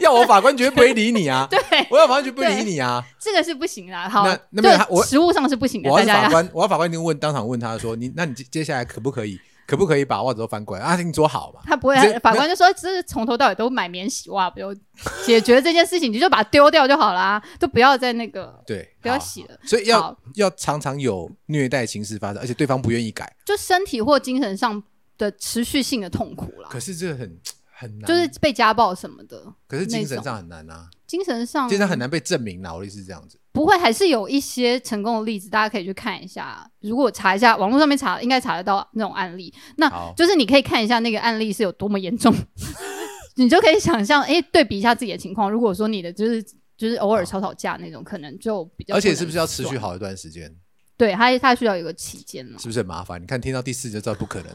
Speaker 1: 要我法官绝对不会理你啊！
Speaker 2: 对，
Speaker 1: 我要法官绝对不会理你啊！
Speaker 2: 这个是不行啦，好，
Speaker 1: 那
Speaker 2: 对，
Speaker 1: 那没有他我
Speaker 2: 实物上是不行的，
Speaker 1: 我
Speaker 2: 大
Speaker 1: 要是
Speaker 2: 家
Speaker 1: 法
Speaker 2: 要
Speaker 1: 官，我要法官一定问，当场问他说：“你，那你接接下来可不可以，可不可以把袜子都翻过来？”啊，你说好嘛？
Speaker 2: 他不会
Speaker 1: 这，
Speaker 2: 法官就说这是从头到尾都买免洗袜，不就解决这件事情，你就把它丢掉就好啦，就不要再那个，
Speaker 1: 对，
Speaker 2: 不要
Speaker 1: 好
Speaker 2: 洗了。
Speaker 1: 所以要
Speaker 2: 好
Speaker 1: 要常常有虐待情事发生，而且对方不愿意改。
Speaker 2: 就身体或精神上的持续性的痛苦啦，
Speaker 1: 可是这很很难，
Speaker 2: 就是嗯被家暴什么的，
Speaker 1: 可是精
Speaker 2: 那
Speaker 1: 神
Speaker 2: 种
Speaker 1: 上很难啊，
Speaker 2: 精神上
Speaker 1: 精神很难被证明啦。我的意思是这样子。
Speaker 2: 不会，还是有一些成功的例子，大家可以去看一下。如果查一下网络上面查，应该查得到那种案例。那
Speaker 1: 好
Speaker 2: 就是你可以看一下那个案例是有多么 严重，你就可以想象，哎，对比一下自己的情况。如果说你的就是就是偶尔吵吵架那种，可能就比较。
Speaker 1: 而且是不是要持续？好一段时间？
Speaker 2: 对，它它需要有个期间嘛。
Speaker 1: 是不是很麻烦？你看听到第四集就知道不可 能。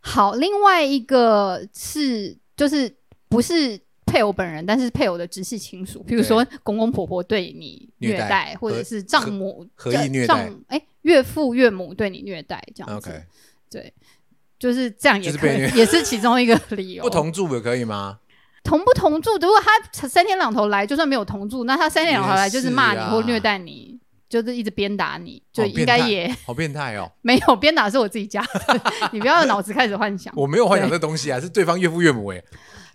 Speaker 2: 好，另外一个是就是不是配偶本人，但是配偶的直系亲属，比如说公公婆婆对你
Speaker 1: 虐
Speaker 2: 虐
Speaker 1: 待
Speaker 2: 待，或者
Speaker 1: 和
Speaker 2: 是丈母
Speaker 1: 合合意虐待
Speaker 2: 丈哎、岳父岳母对你虐待这样子
Speaker 1: OK，
Speaker 2: 对，就是这样也
Speaker 1: 就是
Speaker 2: 可
Speaker 1: 被
Speaker 2: 以，
Speaker 1: 虐
Speaker 2: 也是其中一个理由。
Speaker 1: 不同住也可以吗？
Speaker 2: 同不同住，如果他三天两头来，就算没有同住，那他三天两头来
Speaker 1: 也
Speaker 2: 就是是骂你
Speaker 1: 啊
Speaker 2: 或虐待你，就是一直鞭打你，就
Speaker 1: 好
Speaker 2: 应
Speaker 1: 变
Speaker 2: 该
Speaker 1: 态
Speaker 2: 也、
Speaker 1: 好变态哦！
Speaker 2: 没有鞭打是我自己家 的，你不要脑子开始幻想。
Speaker 1: 我没有幻想这东西啊，是对方岳父岳母哎。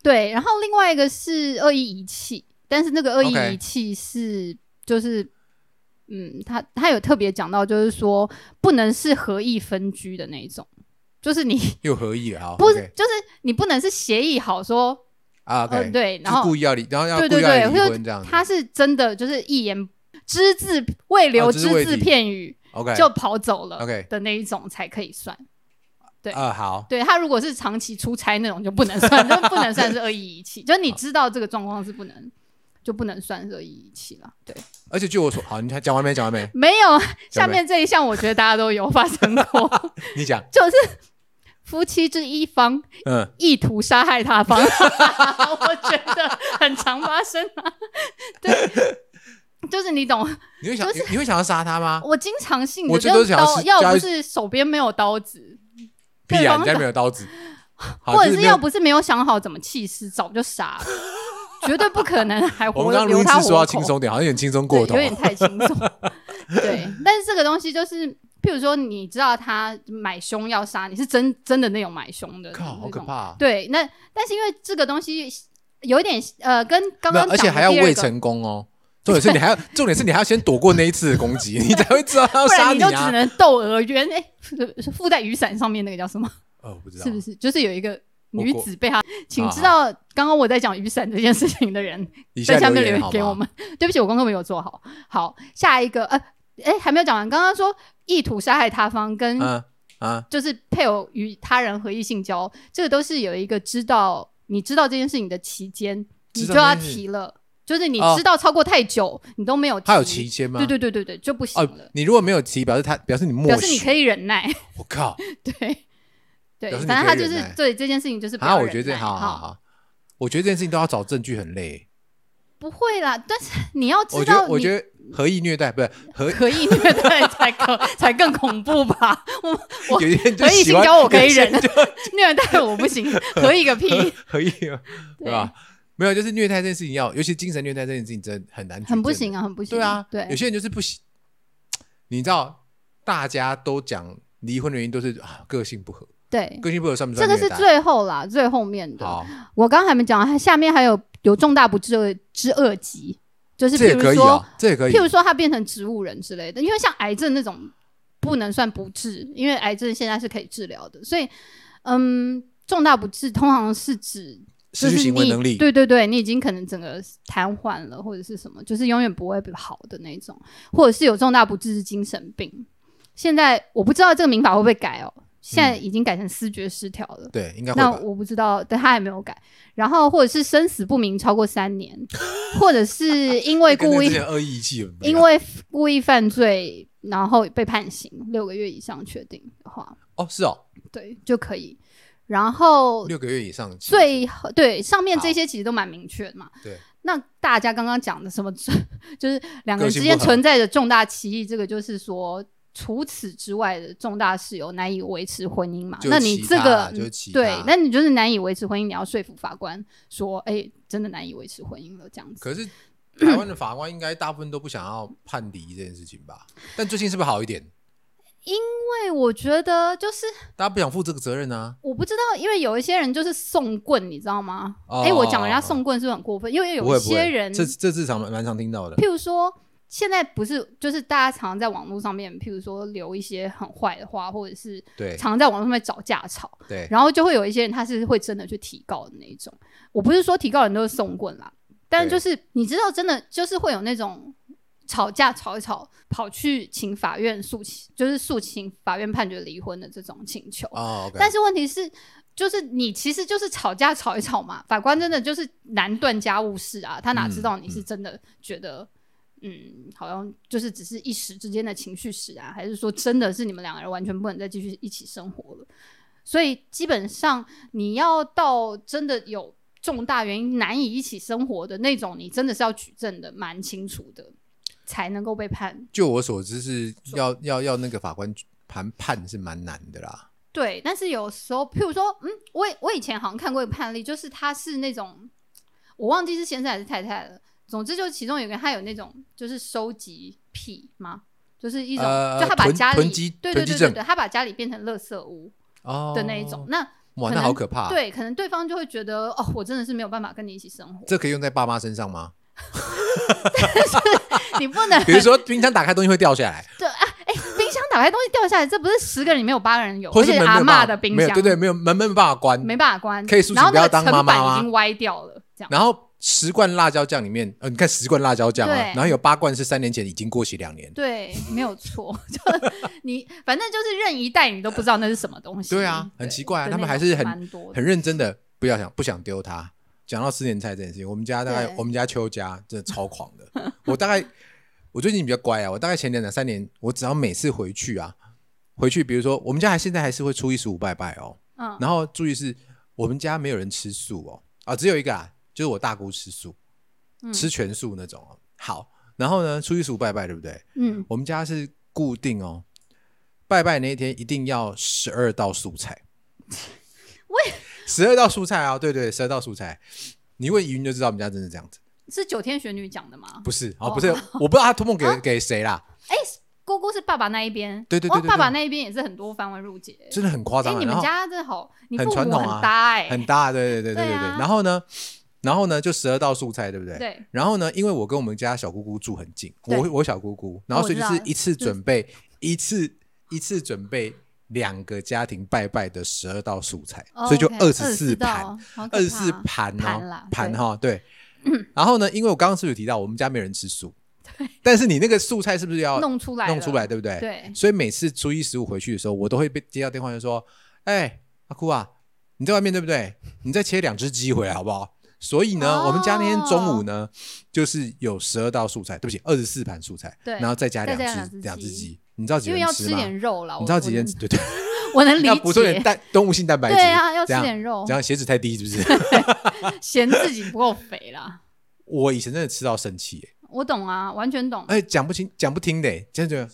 Speaker 2: 对，然后另外一个是恶意遗弃，但是那个恶意
Speaker 1: OK
Speaker 2: 遗弃是就是，嗯，他他有特别讲到，就是说不能是合意分居的那一种，就是你
Speaker 1: 又合意了啊？
Speaker 2: 不是
Speaker 1: OK
Speaker 2: 就是你不能是协议好说，
Speaker 1: 啊
Speaker 2: 嗯、
Speaker 1: ，OK，
Speaker 2: 对，
Speaker 1: 就
Speaker 2: 然
Speaker 1: 是
Speaker 2: 后
Speaker 1: 故意要离，然后要
Speaker 2: 对
Speaker 1: 故
Speaker 2: 对
Speaker 1: 意要
Speaker 2: 对，
Speaker 1: 离
Speaker 2: 就
Speaker 1: 婚这样子。
Speaker 2: 他是真的就是一言只字未留
Speaker 1: 哦只
Speaker 2: 只
Speaker 1: 字未
Speaker 2: 字
Speaker 1: 提
Speaker 2: 片语
Speaker 1: OK
Speaker 2: 就跑走了
Speaker 1: OK
Speaker 2: 的那一种才可以算。对
Speaker 1: 啊好，
Speaker 2: 对他如果是长期出差那种就不能算，就不能算是恶意遗弃。就是你知道这个状况是不能，就不能算是恶意遗弃了。对，
Speaker 1: 而且据我所，好，你看讲完没？讲完 没？
Speaker 2: 没有下面这一项，我觉得大家都有发生过，
Speaker 1: 你讲，
Speaker 2: 就是夫妻之一方
Speaker 1: 嗯，
Speaker 2: 意图杀害他方， 我觉得很常发生啊。对，就是你懂，
Speaker 1: 你会想，你你会想要杀他吗？
Speaker 2: 我经常性的
Speaker 1: 我觉得
Speaker 2: 就
Speaker 1: 想要
Speaker 2: 刀，
Speaker 1: 是
Speaker 2: 要不
Speaker 1: 加
Speaker 2: 是手边没有刀子，
Speaker 1: 屁
Speaker 2: 对
Speaker 1: 呀，
Speaker 2: 方
Speaker 1: 你家没有刀 子，好
Speaker 2: 或者
Speaker 1: 就是
Speaker 2: 是
Speaker 1: 没
Speaker 2: 要
Speaker 1: 有。
Speaker 2: 不是没有想好怎么弃尸，早就 杀了，绝对不可能还
Speaker 1: 我
Speaker 2: 活
Speaker 1: 们刚刚录
Speaker 2: 留
Speaker 1: 音
Speaker 2: 他
Speaker 1: 是
Speaker 2: 活
Speaker 1: 说要
Speaker 2: 口
Speaker 1: 轻松点，好像有点轻松
Speaker 2: 对
Speaker 1: 过头啊
Speaker 2: 有。点太轻 松。对，但是这个东西就是，譬如说你知道他买凶要杀你，是真真的那种买凶的，
Speaker 1: 靠，好可！怕啊！
Speaker 2: 对，那但是因为这个东西有一点呃，跟刚
Speaker 1: 没有
Speaker 2: 刚
Speaker 1: 而且
Speaker 2: 讲的
Speaker 1: 还要
Speaker 2: 第二
Speaker 1: 未
Speaker 2: 个
Speaker 1: 成功哦。重点是你还要，重点是你还要先躲过那一次的攻 击，你才会知道他要
Speaker 2: 不
Speaker 1: 杀
Speaker 2: 然你就只
Speaker 1: 啊。
Speaker 2: 能斗鹅冤。哎、是附在雨伞上面那个叫什么？
Speaker 1: 哦，我不知道，
Speaker 2: 是不是？就是有一个
Speaker 1: 我
Speaker 2: 女
Speaker 1: 过
Speaker 2: 子被他，请
Speaker 1: 啊
Speaker 2: 知道刚刚我在讲雨伞这件事情的人，
Speaker 1: 以
Speaker 2: 在下面
Speaker 1: 留
Speaker 2: 留
Speaker 1: 好
Speaker 2: 言给
Speaker 1: 吗
Speaker 2: 我们。 对不起，我功课没有做好。好，下一个，呃，哎，还没有讲完。刚刚说意图杀害他方跟
Speaker 1: 啊啊，
Speaker 2: 就是配偶与他人合意性交，这个都是有一个知道你知道这件事情的期间，你
Speaker 1: 知
Speaker 2: 就
Speaker 1: 道
Speaker 2: 要
Speaker 1: 这件事
Speaker 2: 提了。就是你
Speaker 1: 哦
Speaker 2: 知道超过太久，你都没有提，
Speaker 1: 他有期间吗？
Speaker 2: 对对对对对，就不行了
Speaker 1: 哦，。你如果没有提，表示他表示你默
Speaker 2: 表示你
Speaker 1: 许。
Speaker 2: 可以忍耐，
Speaker 1: 我靠，
Speaker 2: 对对
Speaker 1: 表示，你
Speaker 2: 反正他
Speaker 1: 可以
Speaker 2: 就
Speaker 1: 忍
Speaker 2: 是
Speaker 1: 耐
Speaker 2: 对这件事情就是不
Speaker 1: 啊，
Speaker 2: 要
Speaker 1: 我
Speaker 2: 忍
Speaker 1: 觉得这
Speaker 2: 耐
Speaker 1: 好好好，我觉得这件事情都要找证据很累。
Speaker 2: 不会啦，但是你要知
Speaker 1: 我觉
Speaker 2: 道
Speaker 1: 得
Speaker 2: 你，
Speaker 1: 我觉得合意虐待不是合，
Speaker 2: 可以虐待才 可才更恐怖吧？我我
Speaker 1: 有些人就
Speaker 2: 可以
Speaker 1: 喜
Speaker 2: 性
Speaker 1: 欢
Speaker 2: 交我可
Speaker 1: 有
Speaker 2: 以
Speaker 1: 些
Speaker 2: 忍，虐待我不行，可以个屁！
Speaker 1: 合意对吧？没有，就是虐待这件事情要，尤其精神虐待这件事情真的很难，
Speaker 2: 很不。行啊，很不行。
Speaker 1: 对啊，有
Speaker 2: 对，
Speaker 1: 些人就是不行。你知道，大家都讲离婚的原因都是啊个性不合，
Speaker 2: 对，
Speaker 1: 个性不合算不
Speaker 2: 嗯这
Speaker 1: 算
Speaker 2: 个
Speaker 1: 虐
Speaker 2: 是
Speaker 1: 待？
Speaker 2: 最后啦，最后面的。
Speaker 1: 好，
Speaker 2: 我刚还没讲，它下面还有有重大不治恶之恶疾，就是
Speaker 1: 这
Speaker 2: 譬
Speaker 1: 也可
Speaker 2: 如
Speaker 1: 以
Speaker 2: 说，
Speaker 1: 啊，这也可以
Speaker 2: 譬。如说他变成植物人之类的，因为像癌症那种不能算不治，因为癌症现在是可以治疗的，所以嗯，重大不治通常是指
Speaker 1: 失去行为能
Speaker 2: 就是
Speaker 1: 力
Speaker 2: 你，对对对，你已经可能整个瘫痪了，或者是什么，就是永远不会好的那种，或者是有重大不治之精神病。现在我不知道这个民法会不会改哦，现在已经改成思觉失调了。
Speaker 1: 嗯对，应该会
Speaker 2: 那
Speaker 1: 吧？
Speaker 2: 我不知道，但他还没有改。然后，或者是生死不明超过三年，或者是因为
Speaker 1: 跟那
Speaker 2: 故意
Speaker 1: 之前恶意遗弃有没有，
Speaker 2: 因为故意犯罪，然后被判刑六个月以上确定的话，
Speaker 1: 哦是哦，
Speaker 2: 对就可以。然后
Speaker 1: 六个月以上，
Speaker 2: 最后对上面这
Speaker 1: 好
Speaker 2: 些其实都蛮明确的嘛。
Speaker 1: 对，
Speaker 2: 那大家刚刚讲的什么， 就是两个
Speaker 1: 个
Speaker 2: 人
Speaker 1: 性
Speaker 2: 之
Speaker 1: 不
Speaker 2: 间
Speaker 1: 合
Speaker 2: 存在着重大歧义，这个就是说。除此之外的重大事由难以维持婚姻嘛？
Speaker 1: 就
Speaker 2: 那你
Speaker 1: 其
Speaker 2: 这
Speaker 1: 他
Speaker 2: 个嗯
Speaker 1: 就其
Speaker 2: 对
Speaker 1: 他，
Speaker 2: 那你就是难以维持婚姻，你要说服法官说，哎、真的难以维持婚姻了这样子。
Speaker 1: 可是台湾的法官应该大部分都不想要判离这件事情吧？但最近是不是好一点？
Speaker 2: 因为我觉得就是
Speaker 1: 大家不想负这个责任啊？
Speaker 2: 我不知道，因为有一些人就是送棍，你知道吗？哎、
Speaker 1: 哦
Speaker 2: 我讲人家送棍是不是很过分？因为
Speaker 1: 不
Speaker 2: 有
Speaker 1: 会
Speaker 2: 一
Speaker 1: 不会
Speaker 2: 些人，
Speaker 1: 这这至常蛮蛮常听到的。
Speaker 2: 譬如说现在不是就是大家常在网络上面，譬如说留一些很坏的话，或者是
Speaker 1: 对
Speaker 2: 常在网络上面找架吵，
Speaker 1: 对，
Speaker 2: 然后就会有一些人他是会真的去提告的那一种。我不是说提告人都是送棍啦，但
Speaker 1: 对
Speaker 2: 就是你知道，真的就是会有那种吵架吵一吵，跑去请法院诉请，就是诉请法院判决离婚的这种请求。
Speaker 1: 哦，OK，
Speaker 2: 但是问题是，就是你其实就是吵架吵一吵嘛，法官真的就是难断家务事啊，他哪知道你是真的觉得，嗯好像就是只是一时之间的情绪使然、还是说真的是你们两个人完全不能再继续一起生活了？所以基本上你要到真的有重大原因难以一起生活的那种，你真的是要举证的蛮清楚的，才能够被判。
Speaker 1: 就我所知是要要要那个法官谈判是蛮难的啦。
Speaker 2: 对，但是有时候，譬如说，嗯，我以我以前好像看过一个判例，就是他是那种，我忘记是先生还是太太了。总之，就是其中有一个他有那种就是收集癖嘛，就是一种，
Speaker 1: 呃
Speaker 2: 就他把
Speaker 1: 囤
Speaker 2: 家里
Speaker 1: 囤积
Speaker 2: 对对
Speaker 1: 囤积
Speaker 2: 对对
Speaker 1: 症
Speaker 2: 对，他把家里变成垃圾屋
Speaker 1: 哦
Speaker 2: 的那一种。，那
Speaker 1: 哇，那
Speaker 2: 可能
Speaker 1: 好可怕。，啊
Speaker 2: 对，可能对方就会觉得，哦，我真的是没有办法跟你一起生活，
Speaker 1: 这可以用在爸妈身上吗？
Speaker 2: 你不能哎
Speaker 1: 比如说冰箱打开东西会掉下 来，
Speaker 2: 冰箱打开东西掉下来，这不是十个人里面有八个人有，
Speaker 1: 或
Speaker 2: 而
Speaker 1: 是
Speaker 2: 且
Speaker 1: 门没
Speaker 2: 阿
Speaker 1: 有办
Speaker 2: 嬷
Speaker 1: 法
Speaker 2: 的冰
Speaker 1: 没有
Speaker 2: 箱
Speaker 1: 对对，没有门没有办法关。
Speaker 2: 没办法关，
Speaker 1: 可以竖起
Speaker 2: 然后
Speaker 1: 不要
Speaker 2: 那
Speaker 1: 当
Speaker 2: 个
Speaker 1: 妈
Speaker 2: 层
Speaker 1: 妈啊
Speaker 2: 板已经歪掉了，这样。
Speaker 1: 然后十罐辣椒酱里面，呃，你看十罐辣椒酱啊
Speaker 2: 对，
Speaker 1: 然后有八罐是三年前已经过期两年。
Speaker 2: 对，没有错， 就你反正就是任一代你都不知道那是什么东西。
Speaker 1: 对啊很奇怪啊
Speaker 2: 的
Speaker 1: 他们
Speaker 2: 那
Speaker 1: 还
Speaker 2: 种
Speaker 1: 是很
Speaker 2: 蛮多的
Speaker 1: 很认真的，不要想不想丢它。讲到吃年菜这件事情，我们家大概
Speaker 2: 对
Speaker 1: 我们家邱家真的超狂的。我大概我最近比较乖啊，我大概前两两三年，我只要每次回去啊，回去比如说我们家还现在还是会初一十五拜拜哦，
Speaker 2: 嗯
Speaker 1: 然后注意是我们家没有人吃素哦，啊只有一个啊，就是我大姑吃素，
Speaker 2: 嗯
Speaker 1: 吃全素那种哦。好，然后呢初一十五拜拜对不对？
Speaker 2: 嗯
Speaker 1: 我们家是固定哦，拜拜那一天一定要十二道蔬菜。
Speaker 2: 我
Speaker 1: 十二道蔬菜啊，对对，十二道蔬菜。你问云就知道我们家真是这样子，
Speaker 2: 是九天玄女讲的吗？
Speaker 1: 不是哦，
Speaker 2: 哦
Speaker 1: 不是，我不知道他托 梦给、给谁啦，
Speaker 2: 姑姑是爸爸那一边，
Speaker 1: 对对对
Speaker 2: 哇
Speaker 1: 对
Speaker 2: 爸爸
Speaker 1: 对
Speaker 2: 那一边也是很多繁文缛节。
Speaker 1: 真的很夸
Speaker 2: 哎
Speaker 1: 张、啊。，
Speaker 2: 你
Speaker 1: 然
Speaker 2: 们
Speaker 1: 后
Speaker 2: 家真的好，你
Speaker 1: 很
Speaker 2: 父
Speaker 1: 传
Speaker 2: 母
Speaker 1: 统
Speaker 2: 很
Speaker 1: 啊
Speaker 2: 搭哎，
Speaker 1: 很大，对对对对对
Speaker 2: 对
Speaker 1: 对。
Speaker 2: 啊
Speaker 1: 然后呢，然后呢，就十二道蔬菜，对不对？
Speaker 2: 对
Speaker 1: 然后呢，因为我跟我们家小姑姑住很近，
Speaker 2: 对哦
Speaker 1: 我我小姑姑，然后所以就是一
Speaker 2: 嗯
Speaker 1: 次准备一次一次准备两个家庭拜拜的十二道蔬菜，
Speaker 2: 哦
Speaker 1: 所以就
Speaker 2: OK，
Speaker 1: 二十四
Speaker 2: 24道
Speaker 1: 盘，，
Speaker 2: 好可
Speaker 1: 二十四
Speaker 2: 怕
Speaker 1: 盘
Speaker 2: 盘
Speaker 1: 哦
Speaker 2: 啦，
Speaker 1: 盘
Speaker 2: 对
Speaker 1: 哈， 对。然后呢，因为我刚刚是不是有提到我们家没人吃素，但是你那个素菜是不是要
Speaker 2: 弄出来
Speaker 1: 弄出
Speaker 2: 了，
Speaker 1: 来，对不对？
Speaker 2: 对
Speaker 1: 所以每次初一十五回去的时候，我都会被接到电话，就说：“哎，阿哭啊，你在外面对不对？你再切两只鸡回来好不好？”所以呢，
Speaker 2: 哦
Speaker 1: 我们家那天中午呢，就是有十二道素菜，对不起，二十四盘素菜，
Speaker 2: 对
Speaker 1: 然后再加
Speaker 2: 再加
Speaker 1: 两
Speaker 2: 两
Speaker 1: 只
Speaker 2: 只
Speaker 1: 两只
Speaker 2: 鸡
Speaker 1: 鸡，你知道几
Speaker 2: 因为
Speaker 1: 人
Speaker 2: 要
Speaker 1: 吃
Speaker 2: 吃
Speaker 1: 吗？
Speaker 2: 点肉啦。
Speaker 1: 你
Speaker 2: 我
Speaker 1: 知道
Speaker 2: 我
Speaker 1: 几人
Speaker 2: 能
Speaker 1: 吃？对对，
Speaker 2: 我能 理
Speaker 1: 要补充点
Speaker 2: 解，
Speaker 1: 蛋动物性蛋白质，
Speaker 2: 对啊，要吃
Speaker 1: 这样
Speaker 2: 点肉
Speaker 1: 这，样血脂太低是不是？
Speaker 2: 嫌自己不够肥啦。
Speaker 1: 我以前真的吃到生气耶，
Speaker 2: 我懂啊，完全懂。
Speaker 1: 哎，讲不清讲不听的耶，真的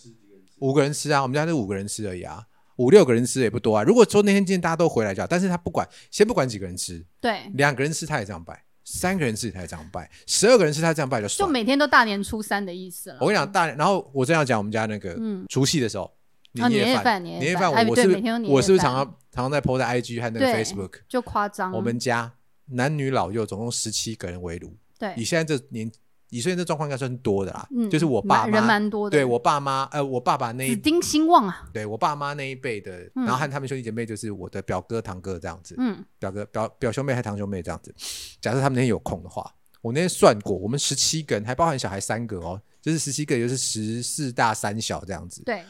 Speaker 1: 五个人吃啊，我们家就五个人吃而已啊，五六个人吃也不多啊。如果说那天今天大家都回来就好，但是他不管，先不管几个人吃，
Speaker 2: 对，
Speaker 1: 两个人吃他也这样拜，三个人吃他也这样拜，十二个人吃他这样拜就
Speaker 2: 就
Speaker 1: 爽。
Speaker 2: 每天都大年初三的意思了。
Speaker 1: 我跟你讲，大然后我正要讲我们家那个
Speaker 2: 嗯
Speaker 1: 除夕的时候，
Speaker 2: 哦
Speaker 1: 年夜
Speaker 2: 年夜饭年夜
Speaker 1: 年夜
Speaker 2: 饭
Speaker 1: 饭
Speaker 2: 哎
Speaker 1: 我我
Speaker 2: 对
Speaker 1: 是不
Speaker 2: 每天都
Speaker 1: 是
Speaker 2: 年夜
Speaker 1: 我是不是
Speaker 2: 饭
Speaker 1: 常常常常在 PO 在 IG 和那个
Speaker 2: 对嗯
Speaker 1: Facebook？
Speaker 2: 就夸张。
Speaker 1: 我们家男女老幼总共十七个人围炉，
Speaker 2: 对
Speaker 1: 以，现在这年以现在这状况应该算多的啦，
Speaker 2: 嗯，
Speaker 1: 就是我爸
Speaker 2: 蛮人
Speaker 1: 妈。
Speaker 2: 蛮多的，
Speaker 1: 对我爸妈，呃，我爸爸那一
Speaker 2: 紫丁兴旺啊，
Speaker 1: 对我爸妈那一辈的，
Speaker 2: 嗯
Speaker 1: 然后和他们兄弟姐妹就是我的表哥、堂哥这样子，
Speaker 2: 嗯，
Speaker 1: 表哥、表表兄妹和堂兄妹这样子。假设他们那天有空的话，我那天算过，我们十七个人，还包含小孩三个哦，就是十七个，也就是十四大三小这样子。
Speaker 2: 对，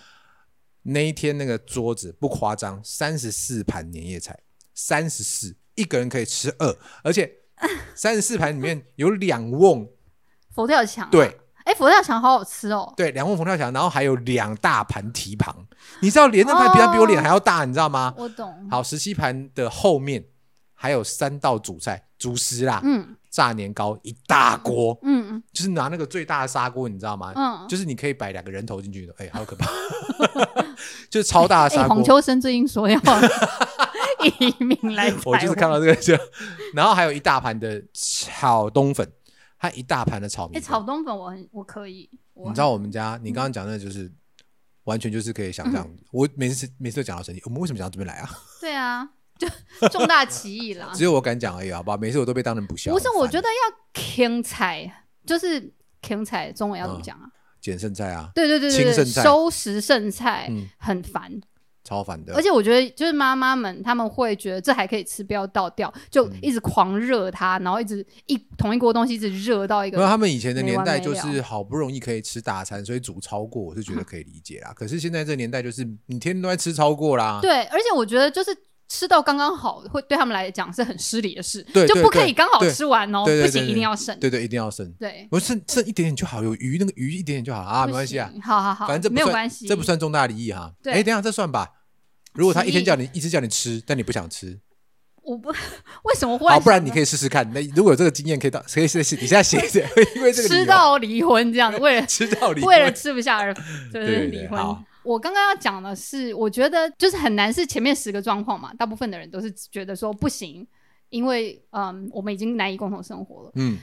Speaker 1: 那一天那个桌子不夸张，三十四盘年夜菜，三十四，一个人可以吃二，而 且三十四盘里面有两
Speaker 2: 嗯
Speaker 1: 瓮，
Speaker 2: 佛跳墙。
Speaker 1: 对，
Speaker 2: 哎，佛跳墙好好吃哦。
Speaker 1: 对，两瓮冯跳墙，然后还有两大盘蹄膀，你知道连那
Speaker 2: 哦
Speaker 1: 盘蹄膀比我脸还要大，你知道吗？
Speaker 2: 我懂。
Speaker 1: 好，十七盘的后面还有三道主菜，主食啦，
Speaker 2: 嗯
Speaker 1: 炸年糕一大锅，
Speaker 2: 嗯
Speaker 1: 就是拿那个最大的砂锅，你知道吗？
Speaker 2: 嗯，
Speaker 1: 就是你可以摆两个人头进去的，哎、好可怕， 就是超大的砂
Speaker 2: 哎，
Speaker 1: 锅
Speaker 2: 黄。秋生最近说要移民来台湾，
Speaker 1: 我就是看到这个就，然后还有一大盘的炒冬粉，还一大盘的炒米
Speaker 2: 哎，
Speaker 1: 粉。
Speaker 2: 炒冬粉我很我可以，我
Speaker 1: 你知道我们家，你刚刚讲的就是。完全就是可以
Speaker 2: 嗯
Speaker 1: 想象，我每次每次都讲到生气，我们为什么讲到这边来啊？
Speaker 2: 对啊，就 重大歧义啦。
Speaker 1: 只有我敢讲而已，好不好？每次我都被当成不孝。
Speaker 2: 啊不是，
Speaker 1: 很
Speaker 2: 我
Speaker 1: 烦
Speaker 2: 觉得要 king 菜，就是 king 菜，
Speaker 1: 嗯
Speaker 2: 中文要怎么讲啊？
Speaker 1: 捡剩菜啊，
Speaker 2: 对对对
Speaker 1: 清
Speaker 2: 对
Speaker 1: 剩
Speaker 2: 对，
Speaker 1: 菜
Speaker 2: 收拾剩菜
Speaker 1: 嗯
Speaker 2: 很烦。
Speaker 1: 超烦的。
Speaker 2: 而且我觉得，就是妈妈们他们会觉得这还可以吃，不要倒掉，就
Speaker 1: 嗯
Speaker 2: 一直狂热它，然后一直一同一锅东西一直热到一
Speaker 1: 因为
Speaker 2: 个。
Speaker 1: 他们以前的
Speaker 2: 没
Speaker 1: 年
Speaker 2: 完
Speaker 1: 代
Speaker 2: 没
Speaker 1: 就
Speaker 2: 了啊
Speaker 1: 是好不容易可以吃大餐，所以煮超过，我是觉得可以理解啦。可是现在这年代就是你天天都在吃超过啦，
Speaker 2: 对，而且我觉得就是吃到刚刚好，会对他们来讲是很失礼的事，
Speaker 1: 对
Speaker 2: 就
Speaker 1: 对
Speaker 2: 不可
Speaker 1: 对
Speaker 2: 以刚好
Speaker 1: 对
Speaker 2: 吃完哦，
Speaker 1: 对对对
Speaker 2: 不行，
Speaker 1: 对
Speaker 2: 一定要剩。
Speaker 1: 对对，一定要剩，
Speaker 2: 对，
Speaker 1: 我剩剩一点点就好，有鱼那个鱼一点点就好啊，
Speaker 2: 不
Speaker 1: 没关系啊，
Speaker 2: 行好好好，
Speaker 1: 反正这不
Speaker 2: 没有
Speaker 1: 算
Speaker 2: 关系，
Speaker 1: 这不算重大利益哈。
Speaker 2: 对
Speaker 1: 哎，等一下这算吧。如果他
Speaker 2: 提
Speaker 1: 一天
Speaker 2: 议
Speaker 1: 叫你一直叫你吃，但你不想吃，
Speaker 2: 我不 为什么忽然
Speaker 1: 好，啊不然
Speaker 2: 想
Speaker 1: 你
Speaker 2: 到
Speaker 1: 可以试试看。那如果有这个经验，可以到可以试试，你现在写一写，会 因为这个理由
Speaker 2: 吃到离婚这样子，为了
Speaker 1: 吃到 你
Speaker 2: 为了吃不下而就
Speaker 1: 对
Speaker 2: 是
Speaker 1: 对
Speaker 2: 离婚
Speaker 1: 好。
Speaker 2: 我刚刚要讲的是，我觉得就是很难是前面十个状况嘛，大部分的人都是觉得说不行，因为嗯，我们已经难以共同生活了。
Speaker 1: 嗯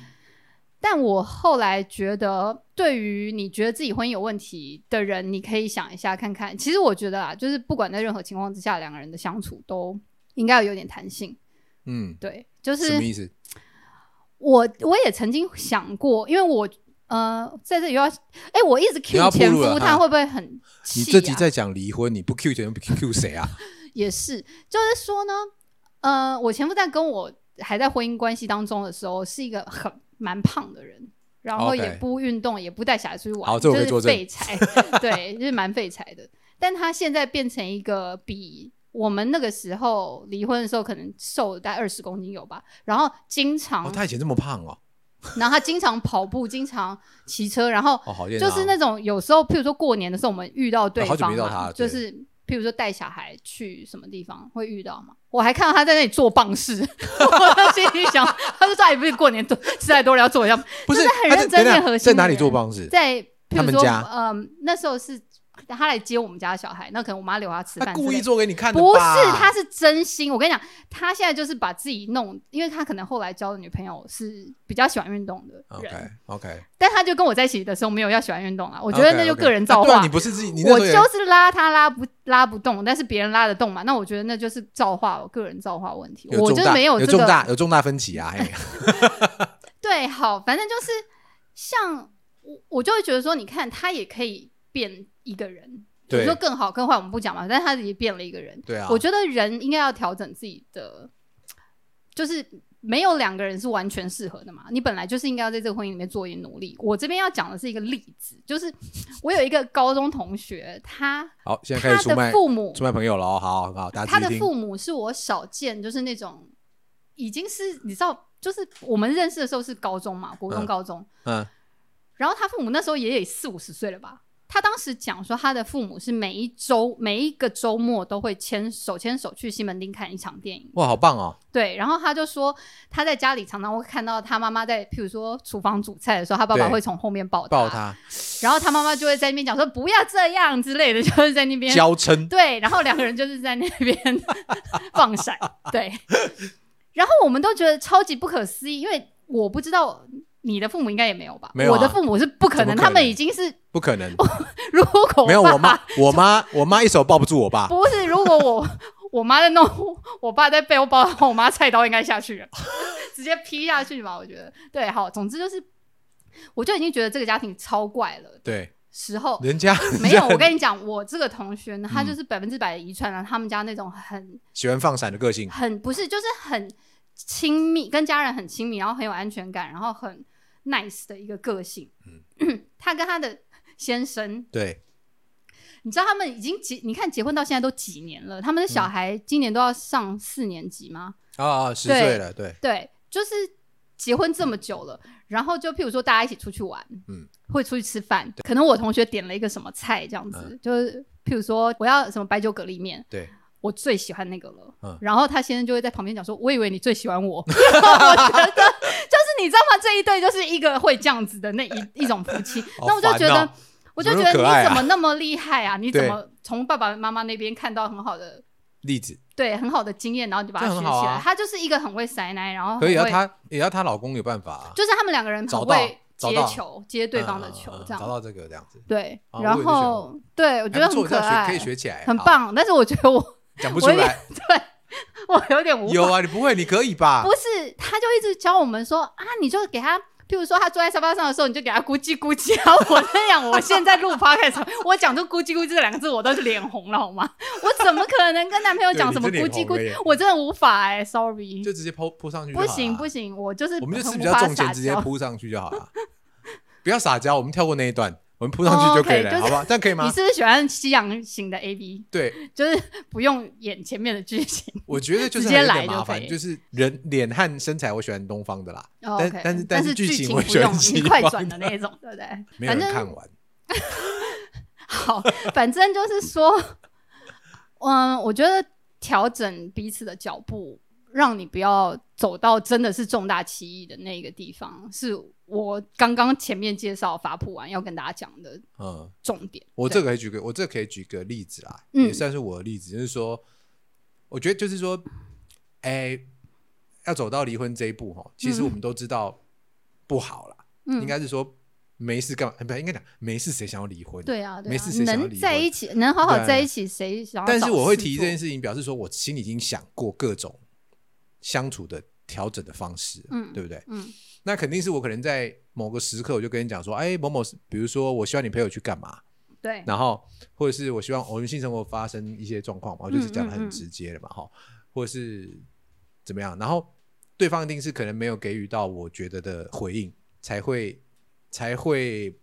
Speaker 2: 但我后来觉得，对于你觉得自己婚姻有问题的人，你可以想一下看看。其实我觉得啊，就是不管在任何情况之下，两个人的相处都应该要有点弹性。
Speaker 1: 嗯，
Speaker 2: 对，就是
Speaker 1: 什么意思？
Speaker 2: 我我也曾经想过，因为我呃在这里又要，哎、我一直
Speaker 1: 你要
Speaker 2: Q
Speaker 1: 铺
Speaker 2: 前
Speaker 1: 路了
Speaker 2: 夫，
Speaker 1: 哈
Speaker 2: 他会不会很气、
Speaker 1: 你
Speaker 2: 啊？
Speaker 1: 这集在讲离婚，你不 Q 钱不 Q 谁啊？
Speaker 2: 也是，就是说呢，呃，我前夫在跟我还在婚姻关系当中的时候，是一个很蛮胖的人。然后
Speaker 1: OK
Speaker 2: 也不运动也不带小孩出去玩，
Speaker 1: 好这
Speaker 2: 就
Speaker 1: 我可以
Speaker 2: 是
Speaker 1: 作证
Speaker 2: 废柴， 对，就是蛮废柴的。但他现在变成一个比我们那个时候离婚的时候可能瘦了大概二十公斤有吧，然后经常，
Speaker 1: 哦，他以前这么胖哦，
Speaker 2: 然后他经常跑步，经常骑车，然后
Speaker 1: 哦，好健
Speaker 2: 就是那种有时候，譬如说过年的时候，我们遇到对
Speaker 1: 哦好久
Speaker 2: 方
Speaker 1: 没遇到他
Speaker 2: 嘛，
Speaker 1: 了对
Speaker 2: 就是譬如说带小孩去什么地方会遇到嘛。我还看到他在那里做棒式， 我就心里想，他就说：“哎，不是过年多吃太多了，要 做一下。
Speaker 1: 不是
Speaker 2: 就是很
Speaker 1: 他
Speaker 2: 认
Speaker 1: 在
Speaker 2: 真
Speaker 1: 等一下
Speaker 2: 练核心
Speaker 1: 在哪
Speaker 2: 的
Speaker 1: 里做
Speaker 2: 人
Speaker 1: 棒式”？
Speaker 2: 在譬
Speaker 1: 他
Speaker 2: 如
Speaker 1: 们
Speaker 2: 说，
Speaker 1: 家
Speaker 2: 嗯，那时候是他来接我们家小孩，那可能我妈留他吃
Speaker 1: 他
Speaker 2: 饭之类的，
Speaker 1: 故意做给你看的
Speaker 2: 不是，
Speaker 1: 吧
Speaker 2: 他是真心。我跟你讲，他现在就是把自己弄，因为他可能后来交的女朋友是比较喜欢运动的人
Speaker 1: OK OK，
Speaker 2: 但他就跟我在一起的时候没有要喜欢运动啊啦，我觉得那就个人造
Speaker 1: 对啊
Speaker 2: 化。
Speaker 1: 你不是自己，你那
Speaker 2: 我
Speaker 1: 时候也
Speaker 2: 就是拉他拉不拉不动，但是别人拉得动嘛，那我觉得那就是造化，我个人造化问题，
Speaker 1: 有
Speaker 2: 我
Speaker 1: 重
Speaker 2: 就是
Speaker 1: 大
Speaker 2: 没
Speaker 1: 有
Speaker 2: 这
Speaker 1: 重
Speaker 2: 个
Speaker 1: 大有重大分歧 啊！嘿
Speaker 2: 对，好，反正就是像我，我就会觉得说，你看他也可以变一个人，你
Speaker 1: 对
Speaker 2: 说更好更坏我们不讲嘛，但是他也变了一个人，
Speaker 1: 对啊，
Speaker 2: 我觉得人应该要调整自己的，就是没有两个人是完全适合的嘛。你本来就是应该要在这个婚姻里面做一点努力。我这边要讲的是一个例子，就是我有一个高中同学，他
Speaker 1: 好，现在开
Speaker 2: 他
Speaker 1: 始出
Speaker 2: 的
Speaker 1: 卖
Speaker 2: 父母，
Speaker 1: 出卖朋友了哦，好好，大家
Speaker 2: 他
Speaker 1: 注
Speaker 2: 的
Speaker 1: 意听。
Speaker 2: 父母是我少见，就是那种已经是你知道，就是我们认识的时候是高中嘛，国中、
Speaker 1: 嗯
Speaker 2: 高中，
Speaker 1: 嗯，
Speaker 2: 然后他父母那时候也有四五十岁了吧。他当时讲说，他的父母是每一周每一个周末都会牵手牵手去西门町看一场电影。
Speaker 1: 哇，好棒哦！
Speaker 2: 对，然后他就说他在家里常常会看到他妈妈在，譬如说厨房煮菜的时候，他爸爸
Speaker 1: 对
Speaker 2: 会从后面抱他，
Speaker 1: 抱他
Speaker 2: 然后他妈妈就会在那边讲说不要这样之类的，就是在那边
Speaker 1: 娇嗔，
Speaker 2: 对，然后两个人就是在那边 放闪，对，然后我们都觉得超级不可思议，因为我不知道你的父母应该也没有吧，
Speaker 1: 没有啊
Speaker 2: 我的父母是不可
Speaker 1: 怎
Speaker 2: 能，
Speaker 1: 么可
Speaker 2: 他们
Speaker 1: 能
Speaker 2: 已经是
Speaker 1: 不可能，
Speaker 2: 如果
Speaker 1: 没有
Speaker 2: 爸
Speaker 1: 我 妈，我妈，我妈一手抱不住我爸，
Speaker 2: 不是，如果我我妈在弄，我爸在背后包，我妈菜刀应该下去了，直接劈下去吧。我觉得对，好，总之就是，我就已经觉得这个家庭超怪了。
Speaker 1: 对，
Speaker 2: 时候
Speaker 1: 人家
Speaker 2: 没
Speaker 1: 人家
Speaker 2: 有，我跟你讲，我这个同学呢，他
Speaker 1: 嗯
Speaker 2: 就是百分之百的遗传了他们家那种很
Speaker 1: 喜欢放闪的个性，
Speaker 2: 很不是，就是很亲密，跟家人很亲密，然后很有安全感，然后很 nice 的一个个性。
Speaker 1: 嗯
Speaker 2: 他跟他的先生
Speaker 1: 对，
Speaker 2: 你知道他们已经结，你看结婚到现在都几年了，他们的小
Speaker 1: 嗯
Speaker 2: 孩今年都要上四年级吗？
Speaker 1: 啊啊，十
Speaker 2: 对
Speaker 1: 岁了，对，
Speaker 2: 对，就是结婚这么久了，然后就譬如说大家一起出去玩，
Speaker 1: 嗯，
Speaker 2: 会出去吃饭，可能我同学点了一个什么菜这样子，
Speaker 1: 嗯
Speaker 2: 就是譬如说我要什么白酒蛤蜊面，
Speaker 1: 对，
Speaker 2: 我最喜欢那个了。
Speaker 1: 嗯
Speaker 2: 然后他先生就会在旁边讲说：“我以为你最喜 欢我。” 我觉得就是你知道吗？这一对就是一个会这样子的那一 一种夫妻。
Speaker 1: 好
Speaker 2: 那我就觉
Speaker 1: 烦
Speaker 2: 得
Speaker 1: 哦，
Speaker 2: 我就觉
Speaker 1: 怎么那么可爱
Speaker 2: 得你
Speaker 1: 啊
Speaker 2: 怎么那么厉害啊？你怎
Speaker 1: 对
Speaker 2: 么从爸爸妈妈那边看到很好的？
Speaker 1: 例子
Speaker 2: 对，很好的经验，然后你把它
Speaker 1: 这
Speaker 2: 学
Speaker 1: 很
Speaker 2: 起
Speaker 1: 好
Speaker 2: 来。
Speaker 1: 啊
Speaker 2: 他就是一个很会塞奶，然后很
Speaker 1: 可以啊，
Speaker 2: 会，
Speaker 1: 她也要她老公有办法啊，
Speaker 2: 就是他们两个人很
Speaker 1: 找到
Speaker 2: 会
Speaker 1: 找
Speaker 2: 接
Speaker 1: 到
Speaker 2: 球，接对方的
Speaker 1: 嗯嗯
Speaker 2: 球
Speaker 1: 嗯，
Speaker 2: 这
Speaker 1: 找
Speaker 2: 样。
Speaker 1: 到这个这样子，
Speaker 2: 对，
Speaker 1: 啊
Speaker 2: 然
Speaker 1: 我也是喜欢
Speaker 2: 后对我觉
Speaker 1: 还
Speaker 2: 得
Speaker 1: 不错
Speaker 2: 很
Speaker 1: 这
Speaker 2: 可
Speaker 1: 样学
Speaker 2: 爱，
Speaker 1: 可以学起来，
Speaker 2: 很
Speaker 1: 好，
Speaker 2: 棒。但是我觉得我
Speaker 1: 讲不出
Speaker 2: 我有点
Speaker 1: 来，
Speaker 2: 对我有点无法
Speaker 1: 有啊，你不会，你可以吧
Speaker 2: 不？是，他就一直教我们说啊，你就给他譬如说他坐在沙发上的时候，你就给他咕叽咕叽啊。我那样，我现在录 podcast，我讲出咕叽咕叽这两个字，我都是脸红了好 吗？我怎么可能跟男朋友讲什么咕叽咕
Speaker 1: 对你是脸
Speaker 2: 叽
Speaker 1: 红？
Speaker 2: 我真的无法哎、s o r r y
Speaker 1: 就直接泼泼上去就好
Speaker 2: 不
Speaker 1: 了。
Speaker 2: 行不行，我就是
Speaker 1: 我们就
Speaker 2: 很
Speaker 1: 是
Speaker 2: 无
Speaker 1: 比较
Speaker 2: 法
Speaker 1: 重钱，
Speaker 2: 撒
Speaker 1: 直接
Speaker 2: 娇
Speaker 1: 扑上去就好了，不要撒娇，我们跳过那一段，我们扑上去就可以了，
Speaker 2: 哦，OK，就是
Speaker 1: 好不好？这样可以
Speaker 2: 你
Speaker 1: 吗？
Speaker 2: 是不是喜欢西洋型的 A B？
Speaker 1: 对，
Speaker 2: 就是不用演前面的剧情。
Speaker 1: 我觉得就
Speaker 2: 直
Speaker 1: 是
Speaker 2: 接
Speaker 1: 还有
Speaker 2: 来
Speaker 1: 点麻
Speaker 2: 就可
Speaker 1: 烦，
Speaker 2: 以
Speaker 1: 就是人脸和身材，我喜欢东方的啦，
Speaker 2: 哦
Speaker 1: 但
Speaker 2: OK
Speaker 1: 但是但
Speaker 2: 但
Speaker 1: 是剧情
Speaker 2: 情
Speaker 1: 我
Speaker 2: 不
Speaker 1: 喜欢
Speaker 2: 用你
Speaker 1: 西
Speaker 2: 是快
Speaker 1: 方
Speaker 2: 转的那一种，对不对？
Speaker 1: 没有
Speaker 2: 反
Speaker 1: 人
Speaker 2: 正
Speaker 1: 看完。
Speaker 2: 好，反正就是说， 嗯，我觉得调整彼此的脚步，让你不要走到真的是重大歧义的那个地方，是我刚刚前面介绍法普完要跟大家讲的
Speaker 1: 嗯，
Speaker 2: 重点。
Speaker 1: 我
Speaker 2: 对
Speaker 1: 这个可以举个，我这个可以举个例子啦，
Speaker 2: 嗯
Speaker 1: 也算是我的例子，就是说，我觉得就是说，哎、要走到离婚这一步哈，其实我们都知道不好啦，
Speaker 2: 嗯
Speaker 1: 应该是说没事干嘛，哎不应该讲没事谁想要离婚？
Speaker 2: 对啊，对啊
Speaker 1: 没事谁想要
Speaker 2: 能
Speaker 1: 离
Speaker 2: 在
Speaker 1: 婚
Speaker 2: 一起，能好好
Speaker 1: 对啊
Speaker 2: 在一起，谁想要？
Speaker 1: 但是我会提这件
Speaker 2: 事
Speaker 1: 事情，表示说我心里已经想过各种相处的调整的方式了，
Speaker 2: 嗯
Speaker 1: 对不对？
Speaker 2: 嗯，
Speaker 1: 那肯定是我可能在某个时刻，我就跟你讲说，哎，某某，比如说我希望你陪我去干嘛，
Speaker 2: 做，对，
Speaker 1: 然后或者是我希望我们性生活发生一些状况嘛，我就是讲的很直接
Speaker 2: 嗯
Speaker 1: 的嘛，哈、或者是怎么样，然后对方一定是可能没有给予到我觉得的回应，才会才会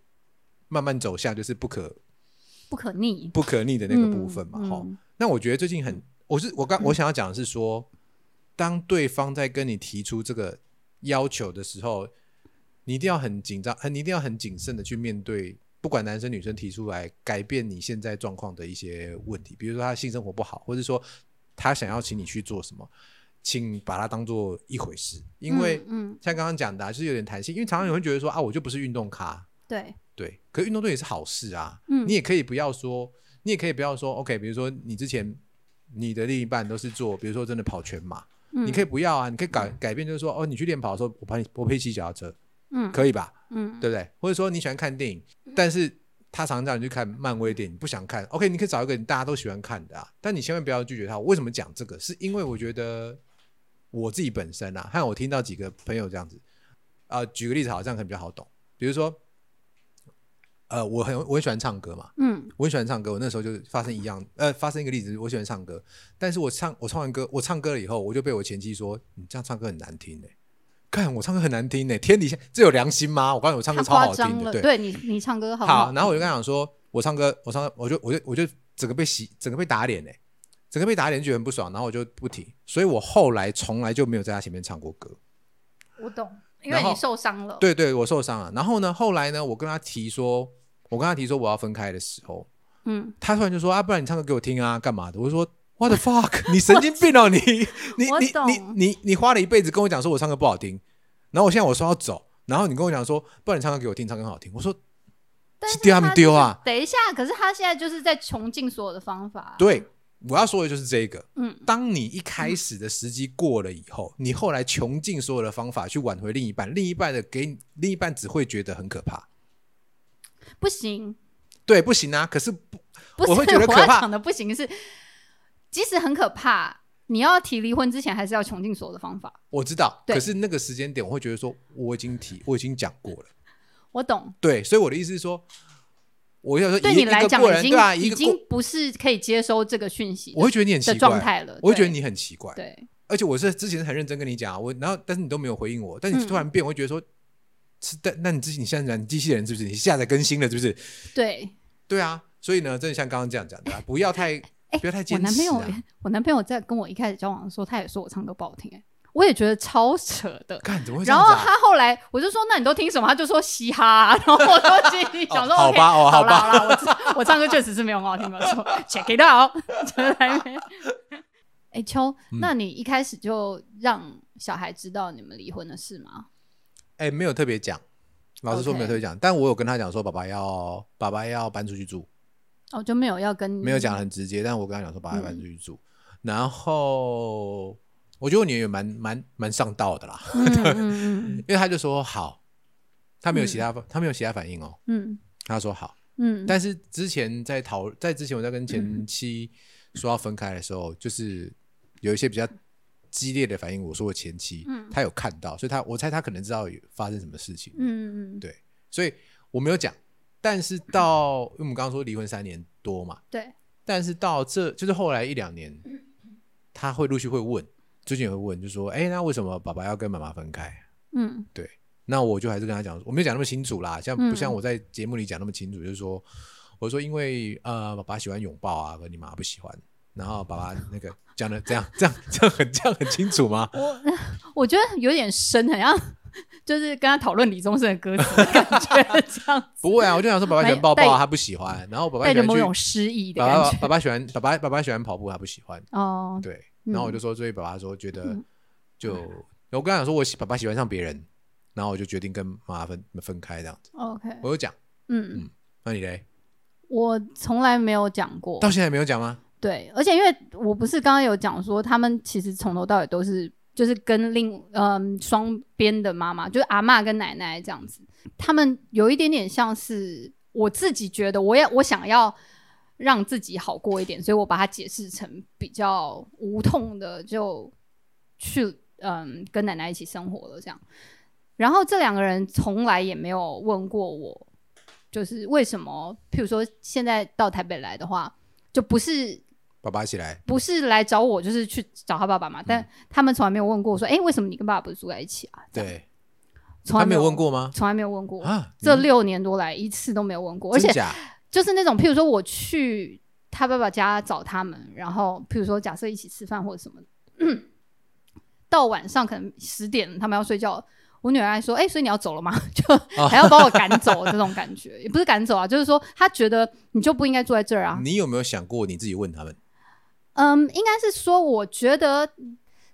Speaker 1: 慢慢走向就是不可
Speaker 2: 不可逆
Speaker 1: 不可逆的那个部分嘛，
Speaker 2: 嗯
Speaker 1: 哈、
Speaker 2: 嗯
Speaker 1: 那我觉得最近很，我是我刚我想要讲的是说，当对方在跟你提出这个要求的时候，你一定要很紧张，很你一定要很谨慎的去面对，不管男生女生提出来改变你现在状况的一些问题，比如说他性生活不好，或者说他想要请你去做什么，请把它当做一回事，因为
Speaker 2: 嗯嗯
Speaker 1: 像刚刚讲的、啊，就是有点弹性，因为常常有人会觉得说啊，我就不是运动咖，
Speaker 2: 对，
Speaker 1: 对，可是运动队也是好事啊。
Speaker 2: 嗯
Speaker 1: 你也可以不要说，你也可以不要说，OK，比如说你之前你的另一半都是做，比如说真的跑全马，
Speaker 2: 嗯
Speaker 1: 你可以不要啊，你可以改改变，就是说，哦，你去练跑的时候，我陪你，我陪你骑脚踏车，
Speaker 2: 嗯
Speaker 1: 可以吧？
Speaker 2: 嗯
Speaker 1: 对不对？或者说你喜欢看电影，但是他常常叫你去看漫威电影，你不想看，OK，你可以找一个大家都喜欢看的啊，但你千万不要拒绝他。我为什么讲这个？是因为我觉得我自己本身啊，和我听到几个朋友这样子，啊、举个例子好，这样可能比较好懂。比如说，呃，我很我很喜欢唱歌嘛，
Speaker 2: 嗯
Speaker 1: 我很喜欢唱歌，我那时候就发生一样，呃，发生一个例子，我喜欢唱歌，但是我唱我唱完歌，我唱歌了以后，我就被我前妻说你这样唱歌很难听哎、看我唱歌很难听呢、欸天底下这有良心吗？我告诉你，我唱歌
Speaker 2: 太
Speaker 1: 超
Speaker 2: 夸
Speaker 1: 好
Speaker 2: 张
Speaker 1: 听
Speaker 2: 了，
Speaker 1: 的，对，
Speaker 2: 对你你唱歌好不
Speaker 1: 然后我就跟他讲说，我唱歌，我唱歌，我就我就我就整个被洗，整个被打脸哎、整个被打脸觉得很不爽，然后我就不提，所以我后来从来就没有在他前面唱过歌。
Speaker 2: 我懂，因
Speaker 1: 然
Speaker 2: 为你
Speaker 1: 后
Speaker 2: 受伤了，
Speaker 1: 对对，我受伤了。然后呢，后来呢，我跟他提说，我跟他提说我要分开的时候，
Speaker 2: 嗯，
Speaker 1: 他突然就说啊，不然你唱歌给我听啊，干嘛的？我就说 What the fuck？你神经病哦、你你
Speaker 2: 我
Speaker 1: 你
Speaker 2: 懂
Speaker 1: 你你你花了一辈子跟我讲说我唱歌不好听，然后我现在我说要走，然后你跟我讲说，不然你唱歌给我听，唱歌很好听。我说
Speaker 2: 但是
Speaker 1: 丢他们
Speaker 2: 他
Speaker 1: 丢
Speaker 2: 就是
Speaker 1: 啊！
Speaker 2: 等一下，可是他现在就是在穷尽所有的方法。，
Speaker 1: 对，我要说的就是这个。
Speaker 2: 啊嗯，
Speaker 1: 当你一开始的时机过了以后，你后来穷尽所有的方法去挽回另一半，另一半的给你，另一半只会觉得很可怕。
Speaker 2: 不行，
Speaker 1: 对，不行啊！可是不
Speaker 2: 不是
Speaker 1: 我会觉得可
Speaker 2: 要
Speaker 1: 怕
Speaker 2: 讲的不行是，即使很可怕，你要提离婚之前，还是要穷尽所有的方法。
Speaker 1: 我知道，
Speaker 2: 对
Speaker 1: 可是那个时间点，我会觉得说我已经提，我已经讲过了。
Speaker 2: 我懂，
Speaker 1: 对，所以我的意思是说，我想说
Speaker 2: 对
Speaker 1: 一
Speaker 2: 你
Speaker 1: 个
Speaker 2: 来
Speaker 1: 一个
Speaker 2: 讲
Speaker 1: 过
Speaker 2: 已
Speaker 1: 人
Speaker 2: 经、
Speaker 1: 对啊，一
Speaker 2: 已
Speaker 1: 个
Speaker 2: 经
Speaker 1: 过，
Speaker 2: 不是可以接收这个讯息的
Speaker 1: 我会觉得你很
Speaker 2: 的
Speaker 1: 奇
Speaker 2: 状
Speaker 1: 怪，
Speaker 2: 态了。
Speaker 1: 我会觉得
Speaker 2: 对
Speaker 1: 你很奇怪，
Speaker 2: 对，
Speaker 1: 而且我是之前很认真跟你讲啊，我然后但是你都没有回应我，但你
Speaker 2: 嗯
Speaker 1: 突然变，我会觉得说，是但那你自己你现在你机器人是不是？你下载更新了是不是？
Speaker 2: 对，
Speaker 1: 对啊，所以呢，真的像刚刚这样讲的、啊，不要太
Speaker 2: 哎
Speaker 1: 不要太坚
Speaker 2: 我男
Speaker 1: 持
Speaker 2: 朋友
Speaker 1: 啊。，
Speaker 2: 我男朋友在跟我一开始交往的时候，他也说我唱歌不好听、哎，我也觉得超扯的。
Speaker 1: 看怎么会这
Speaker 2: 然
Speaker 1: 样
Speaker 2: 后
Speaker 1: 子、啊？
Speaker 2: 他后来我就说，那你都听什么？他就说嘻哈啊、然后我就心里想说，
Speaker 1: 哦好吧
Speaker 2: OK，
Speaker 1: 哦
Speaker 2: 好
Speaker 1: 好
Speaker 2: 啦
Speaker 1: 吧
Speaker 2: 好啦，我知我唱歌确实是没有很好听，没有错，check it out，就是还没。哎、秋，
Speaker 1: 嗯
Speaker 2: 那你一开始就让小孩知道你们离婚的事吗？
Speaker 1: 哎、没有特别讲，老实说
Speaker 2: OK
Speaker 1: 没有特别讲，但我有跟他讲说，爸爸要爸爸要搬出去住，
Speaker 2: 哦，就没有要跟你
Speaker 1: 没有讲得很直接，但我跟他讲说，爸爸要搬出
Speaker 2: 嗯
Speaker 1: 去住。然后我觉得我女儿也蛮蛮蛮上道的啦，
Speaker 2: 嗯嗯嗯
Speaker 1: 因为他就说好，他没有其他、他没有其他反应哦，
Speaker 2: 嗯
Speaker 1: 他说好。
Speaker 2: 嗯，
Speaker 1: 但是之前在讨在之前我在跟前妻说要分开的时候，就是有一些比较激烈的反应我说的前妻，
Speaker 2: 嗯
Speaker 1: 他有看到，所以他我猜他可能知道有发生什么事情，
Speaker 2: 嗯嗯嗯，
Speaker 1: 对，所以我没有讲，但是到因为我们刚刚说离婚三年多嘛，
Speaker 2: 对，
Speaker 1: 但是到这就是后来一两年，他会陆续会问，最近也会问，就说，哎、那为什么爸爸要跟妈妈分开？
Speaker 2: 嗯
Speaker 1: 那我就还是跟他讲，我没有讲那么清楚啦，像不
Speaker 2: 嗯
Speaker 1: 像我在节目里讲那么清楚，就是说，我说因为呃，爸爸喜欢拥抱啊，可你妈不喜欢，然后爸爸那个讲的这样 这样这样很这样很清楚吗？
Speaker 2: 我我觉得有点深，好像就是跟他讨论李宗盛的歌词的感觉这样子，
Speaker 1: 不会啊，我就想说爸爸喜欢抱抱
Speaker 2: 没有
Speaker 1: 啊，
Speaker 2: 带
Speaker 1: 他不喜欢，然后爸爸
Speaker 2: 带
Speaker 1: 喜
Speaker 2: 着
Speaker 1: 欢
Speaker 2: 某
Speaker 1: 去
Speaker 2: 种诗意的
Speaker 1: 爸
Speaker 2: 感
Speaker 1: 爸
Speaker 2: 觉。
Speaker 1: 爸爸喜欢爸爸爸爸喜欢跑步，他不喜欢，
Speaker 2: 哦，
Speaker 1: 对，
Speaker 2: 嗯
Speaker 1: 然后我就说，所以爸爸说觉得
Speaker 2: 嗯
Speaker 1: 就我跟他讲说我喜爸爸喜欢上别人，然后我就决定跟妈妈分分开这样子，
Speaker 2: ，OK，
Speaker 1: 我有讲，
Speaker 2: 嗯，
Speaker 1: 那你嘞，
Speaker 2: 我从来没有讲过
Speaker 1: 到，现在没有讲吗？
Speaker 2: 对，而且因为我不是刚刚有讲说，他们其实从头到尾都是就是跟另嗯双边的妈妈，就是阿嬷跟奶奶这样子，他们有一点点像是我自己觉得，我也我想要让自己好过一点，所以我把它解释成比较无痛的就去嗯跟奶奶一起生活了这样。然后这两个人从来也没有问过我，就是为什么，譬如说现在到台北来的话，就不是
Speaker 1: 爸爸起来，
Speaker 2: 不是来找我，就是去找他爸
Speaker 1: 嗯
Speaker 2: 爸嘛。但他们从来没有问过说，哎、为什么你跟爸爸不是住在一起啊？这样，
Speaker 1: 对，
Speaker 2: 从
Speaker 1: 他
Speaker 2: 来
Speaker 1: 没
Speaker 2: 有
Speaker 1: 有问，过吗？
Speaker 2: 从来没有问过。
Speaker 1: 啊，
Speaker 2: 这
Speaker 1: 你
Speaker 2: 六年多来一次都没有问过，而
Speaker 1: 真
Speaker 2: 且
Speaker 1: 假
Speaker 2: 就是那种，譬如说我去他爸爸家找他们，然后譬如说假设一起吃饭或者什么， 到晚上可能十点他们要睡觉，我女儿还说：“哎、所以你要走了吗？”
Speaker 1: 哦
Speaker 2: 就还要把我赶走，这种感觉也不是赶走啊，就是说她觉得你就不应该住在这儿啊。
Speaker 1: 你有没有想过你自己问他们？
Speaker 2: 嗯，应该是说，我觉得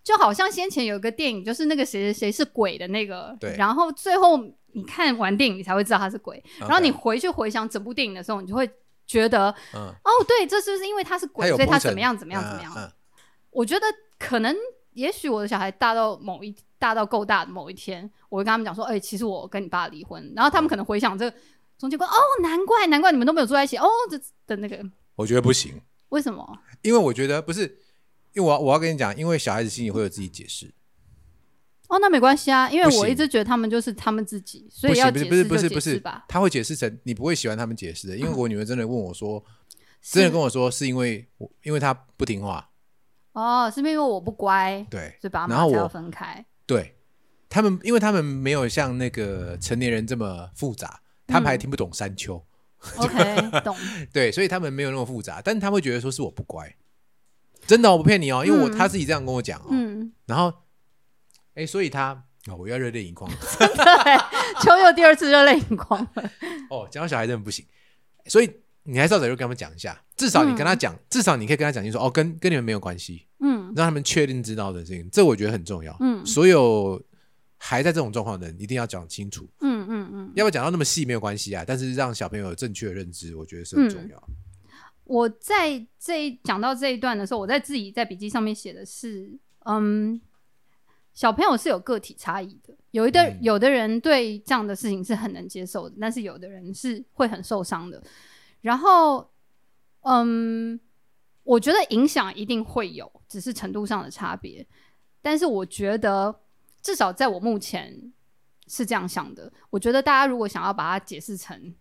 Speaker 2: 就好像先前有一个电影，就是那个谁谁谁是鬼的那个，
Speaker 1: 对
Speaker 2: 然后最后你看完电影你才会知道他是鬼，然后
Speaker 1: OK，
Speaker 2: 你回去回想整部电影的时候，你就会觉得
Speaker 1: 嗯，
Speaker 2: 哦，对，这就是因为他是
Speaker 1: 他
Speaker 2: 鬼，
Speaker 1: 有
Speaker 2: 所以他
Speaker 1: 铺陈
Speaker 2: 怎么样怎么样怎么样。
Speaker 1: 嗯嗯
Speaker 2: 我觉得可能，也许我的小孩大到某一大到够大的某一天，我会跟他们讲说，哎、其实我跟你爸离婚，然后他
Speaker 1: 哦
Speaker 2: 们可能回想这个中间过，哦，难怪难怪你们都没有住在一起，哦，这的那个
Speaker 1: 我觉得不行，
Speaker 2: 为什么？
Speaker 1: 因为我觉得不是，因为我要我要跟你讲，因为小孩子心里会有自己解释，
Speaker 2: 哦，那没关系啊，因为
Speaker 1: 不行
Speaker 2: 我一直觉得他们就是他们自己，所
Speaker 1: 不
Speaker 2: 以要
Speaker 1: 行，不
Speaker 2: 解
Speaker 1: 是不是
Speaker 2: 释
Speaker 1: 不
Speaker 2: 就是
Speaker 1: 不
Speaker 2: 解
Speaker 1: 是
Speaker 2: 释吧。，
Speaker 1: 他会解释成你不会喜欢他们解释的，因为我女儿真的问我说，
Speaker 2: 是
Speaker 1: 真的跟我说是因为我因为她不听话，
Speaker 2: 哦，是因为我不乖，
Speaker 1: 对
Speaker 2: 所以爸
Speaker 1: 然后
Speaker 2: 妈
Speaker 1: 我
Speaker 2: 才要 分开。
Speaker 1: 对，他们因为他们没有像那个成年人这么复杂，他们还听不懂山丘，
Speaker 2: OK，懂。
Speaker 1: 对，所以他们没有那么复杂，但他会觉得说是我不乖，真的、哦、我不骗你哦，因为我、
Speaker 2: 嗯
Speaker 1: 他自己这样跟我讲哦，
Speaker 2: 嗯，
Speaker 1: 然后，哎，所以他。哦、我又要热泪盈 眶了
Speaker 2: 对，秋又第二次热泪盈眶了。
Speaker 1: 哦！讲到小孩真的不行，所以你还是要找人跟他们讲一下，至少你跟他讲，至少你可以跟他讲，就说哦，跟跟你们没有关系，
Speaker 2: 嗯
Speaker 1: 让他们确定知道的事情，这我觉得很重要。
Speaker 2: 嗯
Speaker 1: 所有还在这种状况的人，一定要讲清楚，
Speaker 2: 嗯嗯嗯，
Speaker 1: 要不要讲到那么细没有关系啊，但是让小朋友有正确的认知，我觉得是
Speaker 2: 嗯
Speaker 1: 很重要。
Speaker 2: 我在这一讲到这一段的时候，我在自己在笔记上面写的是，嗯，小朋友是有个体差异的，有一的、
Speaker 1: 嗯
Speaker 2: 有的人对这样的事情是很能接受的，但是有的人是会很受伤的。然后，嗯，我觉得影响一定会有，只是程度上的差别。但是我觉得，至少在我目前是这样想的。我觉得大家如果想要把它解释成，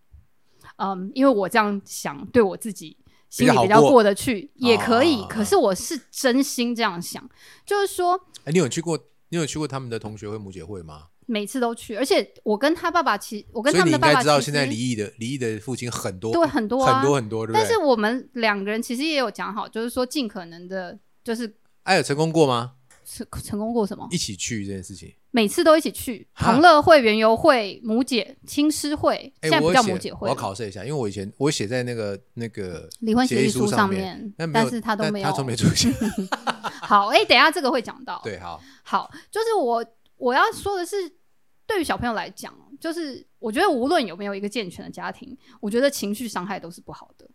Speaker 2: 嗯，因为我这样想，对我自己心里
Speaker 1: 比
Speaker 2: 比
Speaker 1: 较好
Speaker 2: 较
Speaker 1: 过
Speaker 2: 过得去，也可以。
Speaker 1: 啊
Speaker 2: 可是我是真心这样想，就是说，
Speaker 1: 哎、你有去过你有去过他们的同学会母姐会吗？
Speaker 2: 每次都去，而且我跟他爸爸其，我跟
Speaker 1: 所
Speaker 2: 他
Speaker 1: 以你
Speaker 2: 们的
Speaker 1: 应
Speaker 2: 爸
Speaker 1: 该
Speaker 2: 爸
Speaker 1: 知道
Speaker 2: 其
Speaker 1: 现在
Speaker 2: 实
Speaker 1: 离异的离异的父亲很多
Speaker 2: 对很多、啊、
Speaker 1: 很多很多，对不对？
Speaker 2: 但是我们两个人其实也有讲好，就是说尽可能的，就是
Speaker 1: 哎、有成功过吗？
Speaker 2: 成成功过什么，
Speaker 1: 一起去这件事情。
Speaker 2: 每次都一起去
Speaker 1: 哈
Speaker 2: 同乐会、园游会、母姐、亲师会，
Speaker 1: 哎、
Speaker 2: 现在
Speaker 1: 我
Speaker 2: 不
Speaker 1: 有
Speaker 2: 叫
Speaker 1: 写
Speaker 2: 母姐
Speaker 1: 我
Speaker 2: 会
Speaker 1: 要
Speaker 2: 了，
Speaker 1: 考试一下，因为我以前我写在那个那个
Speaker 2: 离婚
Speaker 1: 协
Speaker 2: 协议
Speaker 1: 书
Speaker 2: 上
Speaker 1: 面，
Speaker 2: 面，
Speaker 1: 但没有
Speaker 2: 但是他都
Speaker 1: 但
Speaker 2: 没有。
Speaker 1: 他都没出现。
Speaker 2: 好，哎、等一下这个会讲到。
Speaker 1: 对，好，
Speaker 2: 好，就是我我要说的是，对于小朋友来讲，就是我觉得无论有没有一个健全的家庭，我觉得情绪伤害都是不好的。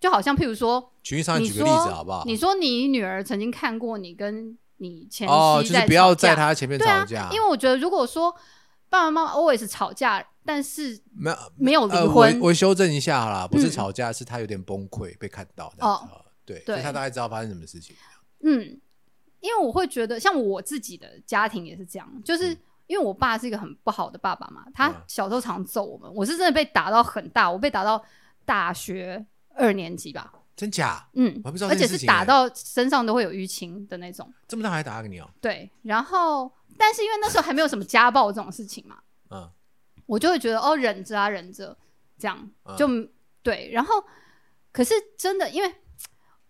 Speaker 2: 就好像譬如说，
Speaker 1: 群玉上
Speaker 2: 你
Speaker 1: 举个例
Speaker 2: 说
Speaker 1: 子好不好？
Speaker 2: 你说你女儿曾经看过你跟你前妻
Speaker 1: 哦，就是不要
Speaker 2: 吵架
Speaker 1: 在他前面
Speaker 2: 对
Speaker 1: 吵
Speaker 2: 啊
Speaker 1: 架，，
Speaker 2: 因为我觉得如果说爸爸妈妈 always 吵架，但是
Speaker 1: 没有
Speaker 2: 没哦有离
Speaker 1: 呃，我
Speaker 2: 婚，
Speaker 1: 我修正一下啦，不是
Speaker 2: 嗯
Speaker 1: 吵架，是他有点崩溃，被看到这样子。
Speaker 2: 哦
Speaker 1: 哦，对，
Speaker 2: 对
Speaker 1: 所以他大概知道发生什么事情。
Speaker 2: 嗯，因为我会觉得，像我自己的家庭也是这样，就是因为我爸是一个很不好的爸爸嘛，他
Speaker 1: 嗯
Speaker 2: 小时候常揍我们，我是真的被打到很大，我被打到大学二年级吧，
Speaker 1: 真假？
Speaker 2: 嗯
Speaker 1: 我，还不知道
Speaker 2: 而
Speaker 1: 这
Speaker 2: 且
Speaker 1: 件事
Speaker 2: 是
Speaker 1: 情欸
Speaker 2: 打到身上都会有淤青的那种，
Speaker 1: 这么大还打给你哦？
Speaker 2: 对，然后但是因为那时候还没有什么家暴这种事情嘛，
Speaker 1: 嗯，
Speaker 2: 我就会觉得哦，忍着啊，忍着，这样
Speaker 1: 嗯
Speaker 2: 就、对。然后，可是真的，因为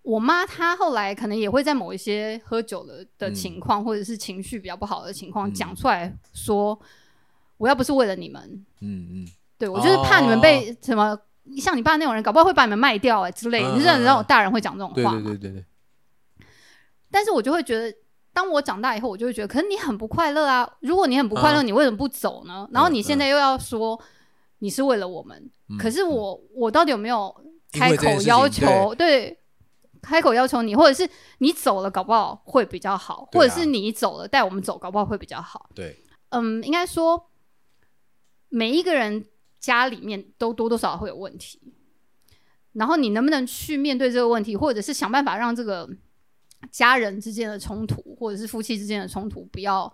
Speaker 2: 我妈她后来可能也会在某一些喝酒了的
Speaker 1: 嗯
Speaker 2: 情况，或者是情绪比较不好的情况
Speaker 1: 嗯
Speaker 2: 讲出来说，我要不是为了你们，
Speaker 1: 嗯嗯，
Speaker 2: 对我就是怕你
Speaker 1: 哦
Speaker 2: 们被什么。像你爸那种人，搞不好会把你们卖掉哎、之类的，
Speaker 1: 嗯
Speaker 2: 你知道，
Speaker 1: 嗯
Speaker 2: 你知道，大人会讲这种
Speaker 1: 对
Speaker 2: 话
Speaker 1: 对
Speaker 2: 嘛？
Speaker 1: 对对对，
Speaker 2: 但是我就会觉得，当我长大以后，我就会觉得，可是你很不快乐啊！如果你很不快乐，你为什么不走呢？然后你现在又要说你是为了我们，
Speaker 1: 嗯
Speaker 2: 可是我我到底有没有
Speaker 1: 因
Speaker 2: 开
Speaker 1: 为这件
Speaker 2: 口
Speaker 1: 事情
Speaker 2: 要求？对，开口要求你，或者是你走了，搞不好会比较好，
Speaker 1: 对啊
Speaker 2: 或者是你走了带我们走，搞不好会比较好。
Speaker 1: 对
Speaker 2: 嗯，应该说每一个人家里面都多多少少会有问题，然后你能不能去面对这个问题，或者是想办法让这个家人之间的冲突，或者是夫妻之间的冲突，不要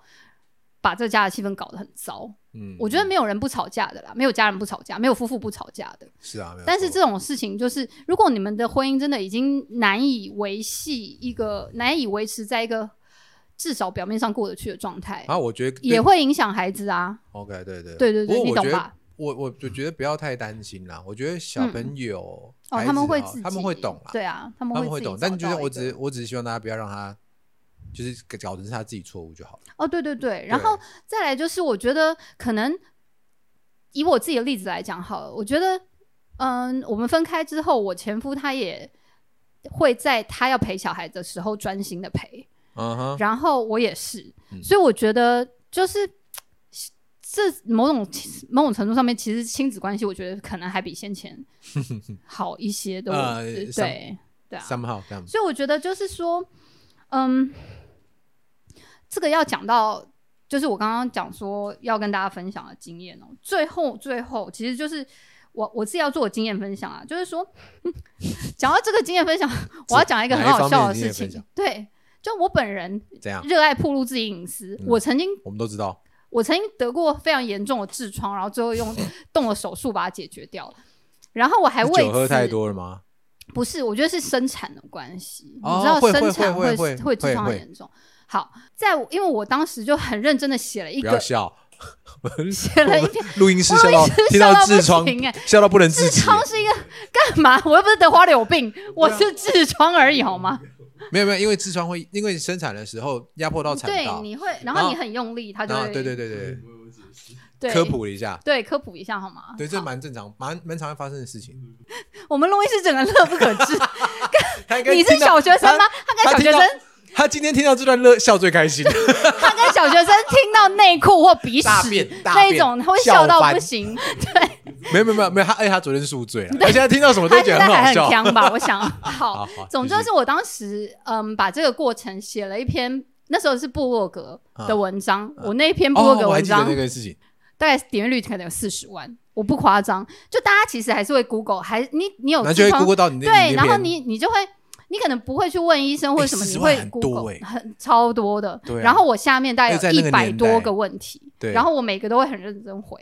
Speaker 2: 把这家的气氛搞得很糟。
Speaker 1: 嗯，
Speaker 2: 我觉得没有人不吵架的啦，没有家人不吵架，没有夫妇不吵架的。
Speaker 1: 是啊，没有
Speaker 2: 但是
Speaker 1: 错
Speaker 2: 这种事情就是，如果你们的婚姻真的已经难以维系一个难以维持在一个至少表面上过得去的状态，
Speaker 1: 啊，我觉得
Speaker 2: 也会影响孩子啊。
Speaker 1: OK，对对
Speaker 2: 对对
Speaker 1: 不
Speaker 2: 对，
Speaker 1: 过
Speaker 2: 你
Speaker 1: 我
Speaker 2: 懂
Speaker 1: 觉得
Speaker 2: 吧？
Speaker 1: 我我就觉得不要太担心啦，我觉得小朋友、
Speaker 2: 哦，
Speaker 1: 孩
Speaker 2: 他们
Speaker 1: 子
Speaker 2: 会
Speaker 1: 哈
Speaker 2: 自己，
Speaker 1: 他们会懂啦，
Speaker 2: 对啊，他们
Speaker 1: 他们
Speaker 2: 会
Speaker 1: 会
Speaker 2: 自己
Speaker 1: 懂。但就
Speaker 2: 找
Speaker 1: 是
Speaker 2: 到
Speaker 1: 我
Speaker 2: 一
Speaker 1: 只
Speaker 2: 个
Speaker 1: 我只是希望大家不要让他就是搞成是他自己错误就好了。
Speaker 2: 哦，对对对，然后再来就是，我觉得可能以我自己的例子来讲好了，我觉得，嗯，我们分开之后，我前夫他也会在他要陪小孩的时候专心的陪，
Speaker 1: 嗯哼，
Speaker 2: 然后我也是，
Speaker 1: 嗯
Speaker 2: 所以我觉得就是。这某种某种程度上面，其实亲子关系，我觉得可能还比 先前好一些的。我
Speaker 1: 呃
Speaker 2: 对对啊，
Speaker 1: 三号这样子，
Speaker 2: 所以我觉得就是说，嗯，这个要讲到，就是我刚刚讲说要跟大家分享的经验哦、最后，最后，其实就是我我自己要做的经验分享啊，就是说， 讲到这个经验分享，我要讲一个很
Speaker 1: 哪一
Speaker 2: 好
Speaker 1: 方面
Speaker 2: 笑
Speaker 1: 的
Speaker 2: 事
Speaker 1: 经验分
Speaker 2: 情
Speaker 1: 享。
Speaker 2: 对，就我本人
Speaker 1: 怎样？
Speaker 2: 热爱暴露自己隐私，
Speaker 1: 嗯
Speaker 2: 我曾经
Speaker 1: 我们都知道，
Speaker 2: 我曾经得过非常严重的痔疮，然后最后用动了手术把它解决掉。然后我还
Speaker 1: 是
Speaker 2: 为
Speaker 1: 酒喝
Speaker 2: 此
Speaker 1: 太多了吗？
Speaker 2: 不是，我觉得是生产的关系。
Speaker 1: 哦
Speaker 2: 你知道
Speaker 1: 会
Speaker 2: 生产
Speaker 1: 会会
Speaker 2: 会
Speaker 1: 会
Speaker 2: 会痔疮
Speaker 1: 会会
Speaker 2: 很严重。好，在我因为我当时就很认真的写了一
Speaker 1: 不要
Speaker 2: 个
Speaker 1: 笑，
Speaker 2: 写了一篇
Speaker 1: 录音师笑到听到
Speaker 2: 笑到不
Speaker 1: 痔疮
Speaker 2: 行哎，
Speaker 1: 笑到不能自
Speaker 2: 痔
Speaker 1: 己。啊
Speaker 2: 疮是一个干嘛？我又不是得花柳病，我是痔疮而已好
Speaker 1: 嗯
Speaker 2: 吗？
Speaker 1: 没有没有，因为痔疮会因为生产的时候压迫到产
Speaker 2: 对，
Speaker 1: 道，
Speaker 2: 你会，然
Speaker 1: 然
Speaker 2: 后
Speaker 1: 后
Speaker 2: 你很用力，它就
Speaker 1: 然后
Speaker 2: 会
Speaker 1: 对对对
Speaker 2: 对
Speaker 1: 对，科普了一下，
Speaker 2: 对科普一下好吗？
Speaker 1: 对，这蛮正常，蛮蛮常会发生的事情。
Speaker 2: 我们录音师整个乐不可支。
Speaker 1: 他应该
Speaker 2: 你是
Speaker 1: 听到
Speaker 2: 小学生吗？他
Speaker 1: 他
Speaker 2: 跟小
Speaker 1: 听
Speaker 2: 学
Speaker 1: 到
Speaker 2: 生，
Speaker 1: 他今天听到这段乐笑最开心，
Speaker 2: 他跟小学生听到内裤或鼻
Speaker 1: 大
Speaker 2: 屎
Speaker 1: 便大
Speaker 2: 那一
Speaker 1: 便
Speaker 2: 种，他会
Speaker 1: 笑
Speaker 2: 笑到
Speaker 1: 翻
Speaker 2: 不行。
Speaker 1: 没有没有没有没有，他哎他昨天宿醉了，他现在听到什么都
Speaker 2: 他
Speaker 1: 觉
Speaker 2: 现
Speaker 1: 得
Speaker 2: 在
Speaker 1: 很
Speaker 2: 还
Speaker 1: 好笑。
Speaker 2: 很强吧？我想，好，
Speaker 1: 好好
Speaker 2: 总之
Speaker 1: 继续
Speaker 2: 就是我当时嗯，把这个过程写了一篇，那时候是部落格的文章，我那一篇部
Speaker 1: 嗯
Speaker 2: 落
Speaker 1: 哦，
Speaker 2: 格
Speaker 1: 我还
Speaker 2: 文
Speaker 1: 记得
Speaker 2: 章、
Speaker 1: 那个事情，
Speaker 2: 大概点阅率可能有四十万，我不夸张，就大家其实还是会 Google，还你你有
Speaker 1: 然后就会
Speaker 2: 痔疮
Speaker 1: Google 到你那
Speaker 2: 对，然后
Speaker 1: 篇
Speaker 2: 你你就会。你可能不会去问医生或者
Speaker 1: 哎
Speaker 2: 什么，你
Speaker 1: 40
Speaker 2: 会
Speaker 1: 万很多
Speaker 2: Google
Speaker 1: 哎
Speaker 2: 很超多的。
Speaker 1: 对啊
Speaker 2: 然后我下面大概
Speaker 1: 而且在那
Speaker 2: 有一
Speaker 1: 个
Speaker 2: 百
Speaker 1: 年
Speaker 2: 多
Speaker 1: 代
Speaker 2: 个问题，
Speaker 1: 对
Speaker 2: 然后我每个都会很认真回。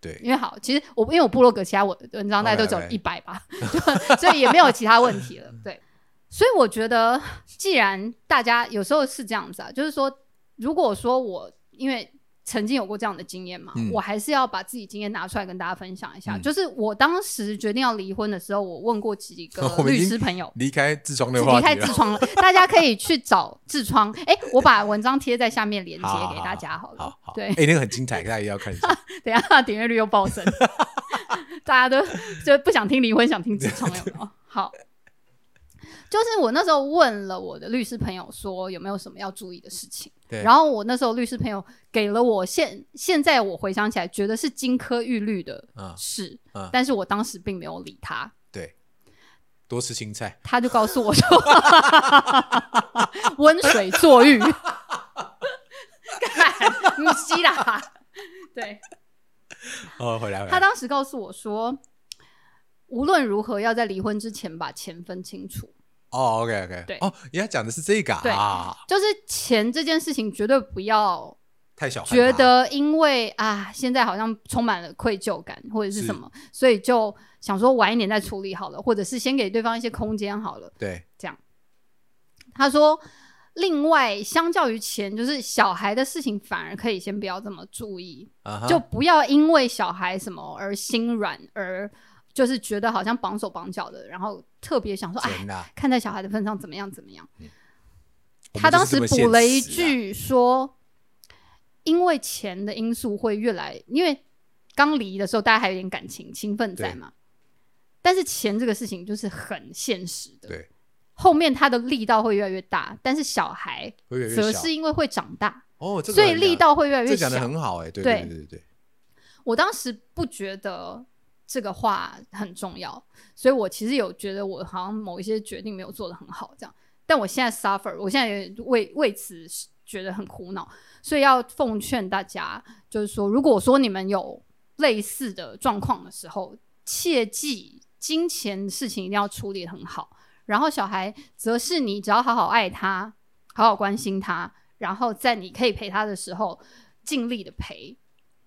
Speaker 1: 对
Speaker 2: 因为好，其实我因为我部落格其他文文章大概都只有
Speaker 1: OK，OK
Speaker 2: 一百吧 就所以也没有其他问 题了。对，所以我觉得，既然大家有时候是这样子啊，就是说，如果说我因为曾经有过这样的经验嘛，
Speaker 1: 嗯
Speaker 2: 我还是要把自己经验拿出来跟大家分享一下。
Speaker 1: 嗯
Speaker 2: 就是我当时决定要离婚的时候，我问过几个
Speaker 1: 我们已
Speaker 2: 律
Speaker 1: 经
Speaker 2: 师朋友。
Speaker 1: 离开痔疮
Speaker 2: 是
Speaker 1: 的
Speaker 2: 离
Speaker 1: 话
Speaker 2: 开
Speaker 1: 题
Speaker 2: 痔
Speaker 1: 了，
Speaker 2: 疮了， 大家可以去找痔疮。哎、我把文章贴在下面连接
Speaker 1: 好好
Speaker 2: 给大家好了。
Speaker 1: 好好，
Speaker 2: 对
Speaker 1: 哎，，那个很精彩，大家一定要看一 下。
Speaker 2: 等一下点阅率又 暴增，大家都就不想听离婚，想听职场有没有？哦好，就是我那时候问了我的律师朋友说有没有什么要注意的事情，
Speaker 1: 对
Speaker 2: 然后我那时候律师朋友给了我现现在我回想起来觉得是金科玉律的
Speaker 1: 嗯
Speaker 2: 事，
Speaker 1: 嗯
Speaker 2: 但是我当时并没有理他，
Speaker 1: 对，多吃青菜，
Speaker 2: 他就告诉 我说温水坐浴，干你吸啦， 对。
Speaker 1: 哦，回来回
Speaker 2: 他
Speaker 1: 来，
Speaker 2: 当时告诉我说，无论如何要在离婚之前把钱分清楚。
Speaker 1: 哦，OK OK，
Speaker 2: 对
Speaker 1: 哦，原来讲的是这个
Speaker 2: 对
Speaker 1: 啊，
Speaker 2: 就是钱这件事情绝对不要
Speaker 1: 太小看
Speaker 2: 觉
Speaker 1: 它
Speaker 2: 得因为啊，现在好像充满了愧疚感或者是什么，所以就想说晚一点再处理好了，或者是先给对方一些空间好了。
Speaker 1: 对
Speaker 2: 他说，另外相较于钱，就是小孩的事情反而可以先不要这么注意，
Speaker 1: 啊哈，
Speaker 2: 就不要因为小孩什么而心软，而就是觉得好像绑手绑脚的，然后特别想说，哎
Speaker 1: 钱，啦，
Speaker 2: 看在小孩的份上怎么样怎么样。
Speaker 1: 啊我
Speaker 2: 他
Speaker 1: 们
Speaker 2: 当
Speaker 1: 就是
Speaker 2: 时
Speaker 1: 这么现
Speaker 2: 补了一
Speaker 1: 实啊，
Speaker 2: 句说：“因为钱的因素会越来，因为刚离的时候大家还有点感情兴奋在嘛，但是钱这个事情就是很现实的。
Speaker 1: 对，
Speaker 2: 后面他的力道会越来越大，但是小孩
Speaker 1: 会越来
Speaker 2: 则
Speaker 1: 越小
Speaker 2: 是因为会长大，
Speaker 1: 哦，这个
Speaker 2: 所以
Speaker 1: 很
Speaker 2: 力
Speaker 1: 讲
Speaker 2: 道会越来
Speaker 1: 这
Speaker 2: 越
Speaker 1: 讲
Speaker 2: 小
Speaker 1: 的。很好哎，对
Speaker 2: 对
Speaker 1: 对对对，
Speaker 2: 我当时不觉得这个话很重要，所以我其实有觉得我好像某一些决定没有做得很好，这样。但我现在 suffer，我现在也为为此觉得很苦恼，所以要奉劝大家，就是说，如果说你们有类似的状况的时候，切记金钱事情一定要处理得很好。然后小孩则是你只要好好爱他，好好关心他，然后在你可以陪他的时候尽力的陪。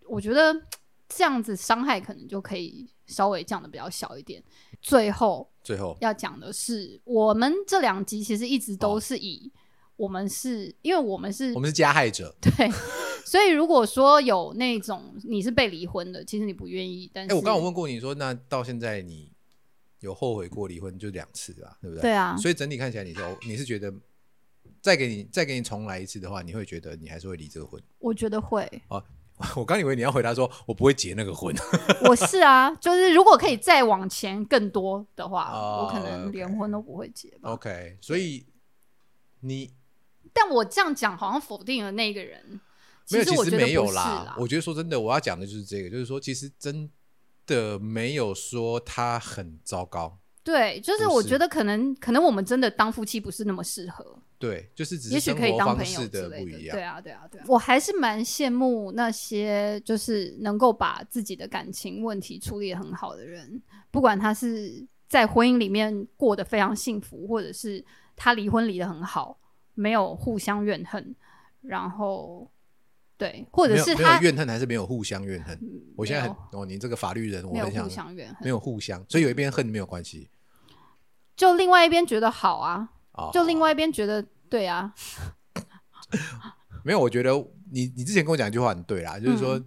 Speaker 2: 我觉得嘖这样子伤害可能就可以稍微降的比较小一点。最后
Speaker 1: 最后
Speaker 2: 要讲的是，我们这两集其实一直都是以、我们是因为我们是
Speaker 1: 我们是加害者，
Speaker 2: 对，所以如果说有那种你是被离婚的，其实你不愿意，但
Speaker 1: 哎，
Speaker 2: 是、
Speaker 1: 我刚刚有问过你说，那到现在你有后悔过离婚就两次吧，对不对？
Speaker 2: 对啊，
Speaker 1: 所以整体看起来，你是你是觉得再给你再给你重来一次的话，你会觉得你还是会离这个婚。
Speaker 2: 我觉得会，
Speaker 1: 我刚以为你要回答说，我不会结那个婚。
Speaker 2: 我是 啊，就是如果可以再往前更多的话，
Speaker 1: 哦
Speaker 2: 我可
Speaker 1: OK
Speaker 2: 能连婚都不会结吧。
Speaker 1: OK，所以你
Speaker 2: 但我这样讲好像否定了那个人，
Speaker 1: 没有，
Speaker 2: 实
Speaker 1: 其
Speaker 2: 我觉得
Speaker 1: 没有
Speaker 2: 不是
Speaker 1: 啦。我觉得说真的，我要讲的就是这个，就是说其实真的没有说他很糟糕，
Speaker 2: 对，就是
Speaker 1: 不
Speaker 2: 我
Speaker 1: 是
Speaker 2: 觉得可能可能我们真的当夫妻不是那么适合，
Speaker 1: 对，就是只
Speaker 2: 也
Speaker 1: 是
Speaker 2: 许
Speaker 1: 生
Speaker 2: 可以
Speaker 1: 活
Speaker 2: 当
Speaker 1: 方
Speaker 2: 朋友
Speaker 1: 式
Speaker 2: 之
Speaker 1: 的
Speaker 2: 类
Speaker 1: 不
Speaker 2: 的。
Speaker 1: 一
Speaker 2: 对
Speaker 1: 样。
Speaker 2: 啊，对啊，对啊。我还是蛮羡慕那些就是能够把自己的感情问题处理得很好的人，不管他是在婚姻里面过得非常幸福，或者是他离婚离得很好，没有互相怨恨，然后对，或者
Speaker 1: 没有
Speaker 2: 是
Speaker 1: 没有
Speaker 2: 他嗯
Speaker 1: 怨恨，还是没有互相怨恨。我现在很
Speaker 2: 没
Speaker 1: 哦，你这个法律人，我
Speaker 2: 没有
Speaker 1: 很
Speaker 2: 互
Speaker 1: 想
Speaker 2: 相怨
Speaker 1: 没
Speaker 2: 恨，
Speaker 1: 有互相，所以有一边恨没有关系
Speaker 2: 就另外一边觉得好啊，
Speaker 1: 啊。
Speaker 2: 就另外一边觉得对啊，
Speaker 1: 没有，我觉得你你之前跟我讲一句话很对啦，就是说，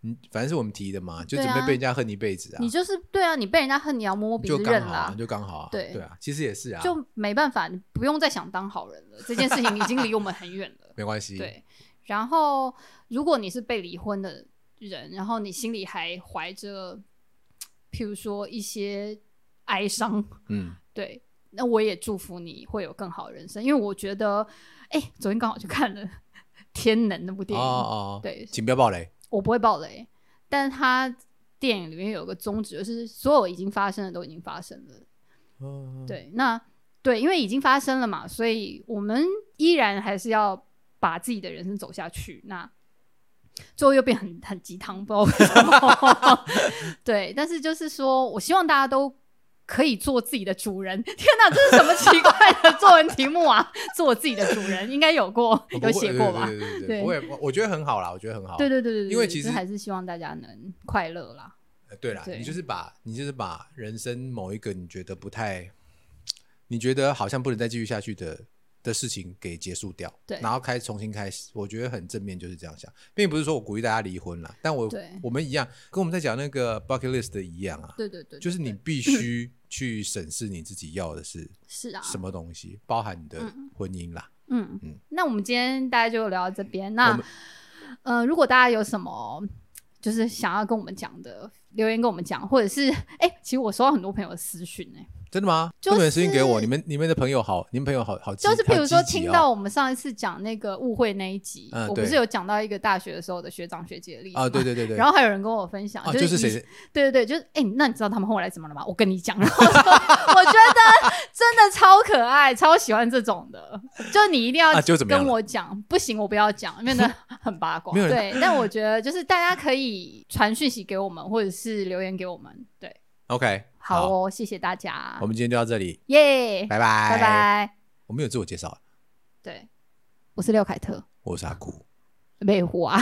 Speaker 1: 你反正是我们提的嘛，就
Speaker 2: 嗯对
Speaker 1: 准
Speaker 2: 啊
Speaker 1: 备被人家恨一辈子啊
Speaker 2: 你，就是对啊，你被人家恨，你要摸摸鼻
Speaker 1: 就
Speaker 2: 子
Speaker 1: 刚
Speaker 2: 认
Speaker 1: 好
Speaker 2: 啦
Speaker 1: 啊，，就刚好啊，
Speaker 2: 对
Speaker 1: 啊，其实也是啊，。
Speaker 2: 就没办法，你不用再想当好人了，这件事情已经离我们很远了
Speaker 1: 没关系，
Speaker 2: 对，然后如果你是被离婚的人，然后你心里还怀着，譬如说一些哀伤，
Speaker 1: 嗯，
Speaker 2: 对，那我也祝福你会有更好的人生，因为我觉得，哎、昨天刚好去看了《天能》那部
Speaker 1: 哦
Speaker 2: 电影，
Speaker 1: 哦，哦
Speaker 2: 对
Speaker 1: 请不要暴雷，
Speaker 2: 我不会爆雷，但是他电影里面有个宗旨，就是所有已经发生的都已经发生了。
Speaker 1: 嗯，
Speaker 2: 对，那对，因为已经发生了嘛，所以我们依然还是要把自己的人生走下去。那最后又变很很鸡汤，不知道为什么。 对，但是就是说我希望大家都可以做自己的主人。 天哪，这是什么奇怪的作文题目啊？做自己的主人应该有过
Speaker 1: 哦我不会
Speaker 2: 有写
Speaker 1: 对
Speaker 2: 过
Speaker 1: 对
Speaker 2: 吧？
Speaker 1: 对对对对，
Speaker 2: 对
Speaker 1: 不会，我我觉得很好啦，我觉得很好，
Speaker 2: 对对对对对，
Speaker 1: 因为
Speaker 2: 对
Speaker 1: 其
Speaker 2: 就
Speaker 1: 实
Speaker 2: 还是希望大家能快乐啦。
Speaker 1: 呃对啦，
Speaker 2: 对
Speaker 1: 你就是把你就是把人生某一个你觉得不太，你觉得好像不能再继续下去的的事情给结束掉，
Speaker 2: 对
Speaker 1: 然后开重新开始，我觉得很正面，就是这样想，并不是说我鼓励大家离婚啦，但我
Speaker 2: 对
Speaker 1: 我们一样，跟我们在讲那个 bucket list 的一样啊，
Speaker 2: 对对对，
Speaker 1: 就是
Speaker 2: 对
Speaker 1: 你必须去审视你自己要的是
Speaker 2: 是啊，
Speaker 1: 什么东西，包含你的婚姻啦，
Speaker 2: 嗯
Speaker 1: 嗯，
Speaker 2: 那我们今天大家就聊到这边。
Speaker 1: 我
Speaker 2: 那
Speaker 1: 们，
Speaker 2: 呃，如果大家有什么就是想要跟我们讲的，留言跟我们讲，或者是哎、其实我收到很多朋友的私讯哎、
Speaker 1: 真的吗？
Speaker 2: 就是
Speaker 1: 这本私信给我，你们你们的朋友好，你们朋友好好积，
Speaker 2: 就是比如说
Speaker 1: 好积极哦
Speaker 2: 听到我们上一次讲那个误会那一集，
Speaker 1: 嗯
Speaker 2: 我不
Speaker 1: 对
Speaker 2: 是有讲到一个大学的时候的学长学姐的例子
Speaker 1: 啊，对
Speaker 2: 对。
Speaker 1: 对对对，
Speaker 2: 然
Speaker 1: 后
Speaker 2: 后还有人跟我分享，
Speaker 1: 啊
Speaker 2: 就
Speaker 1: 就是
Speaker 2: 以
Speaker 1: 谁谁
Speaker 2: 对对对，就是哎、那你知道他们后来怎么了吗？我跟你讲，然后我就 我觉得真的超可爱，超喜欢这种的，就你一定要
Speaker 1: 啊就怎么样
Speaker 2: 跟我讲，不行我不要讲，因为那 很八卦。
Speaker 1: 没有人
Speaker 2: 对，但我觉得就是大家可以传讯息给我们，或者是留言给我们。对，
Speaker 1: OK，
Speaker 2: 好哦，谢谢大家
Speaker 1: 我，们今天就到这里，
Speaker 2: 耶，
Speaker 1: 拜拜
Speaker 2: 拜。拜。
Speaker 1: 我没有自我介绍，
Speaker 2: 对，我是廖凯特，
Speaker 1: 我是阿酷。
Speaker 2: 美虎啊。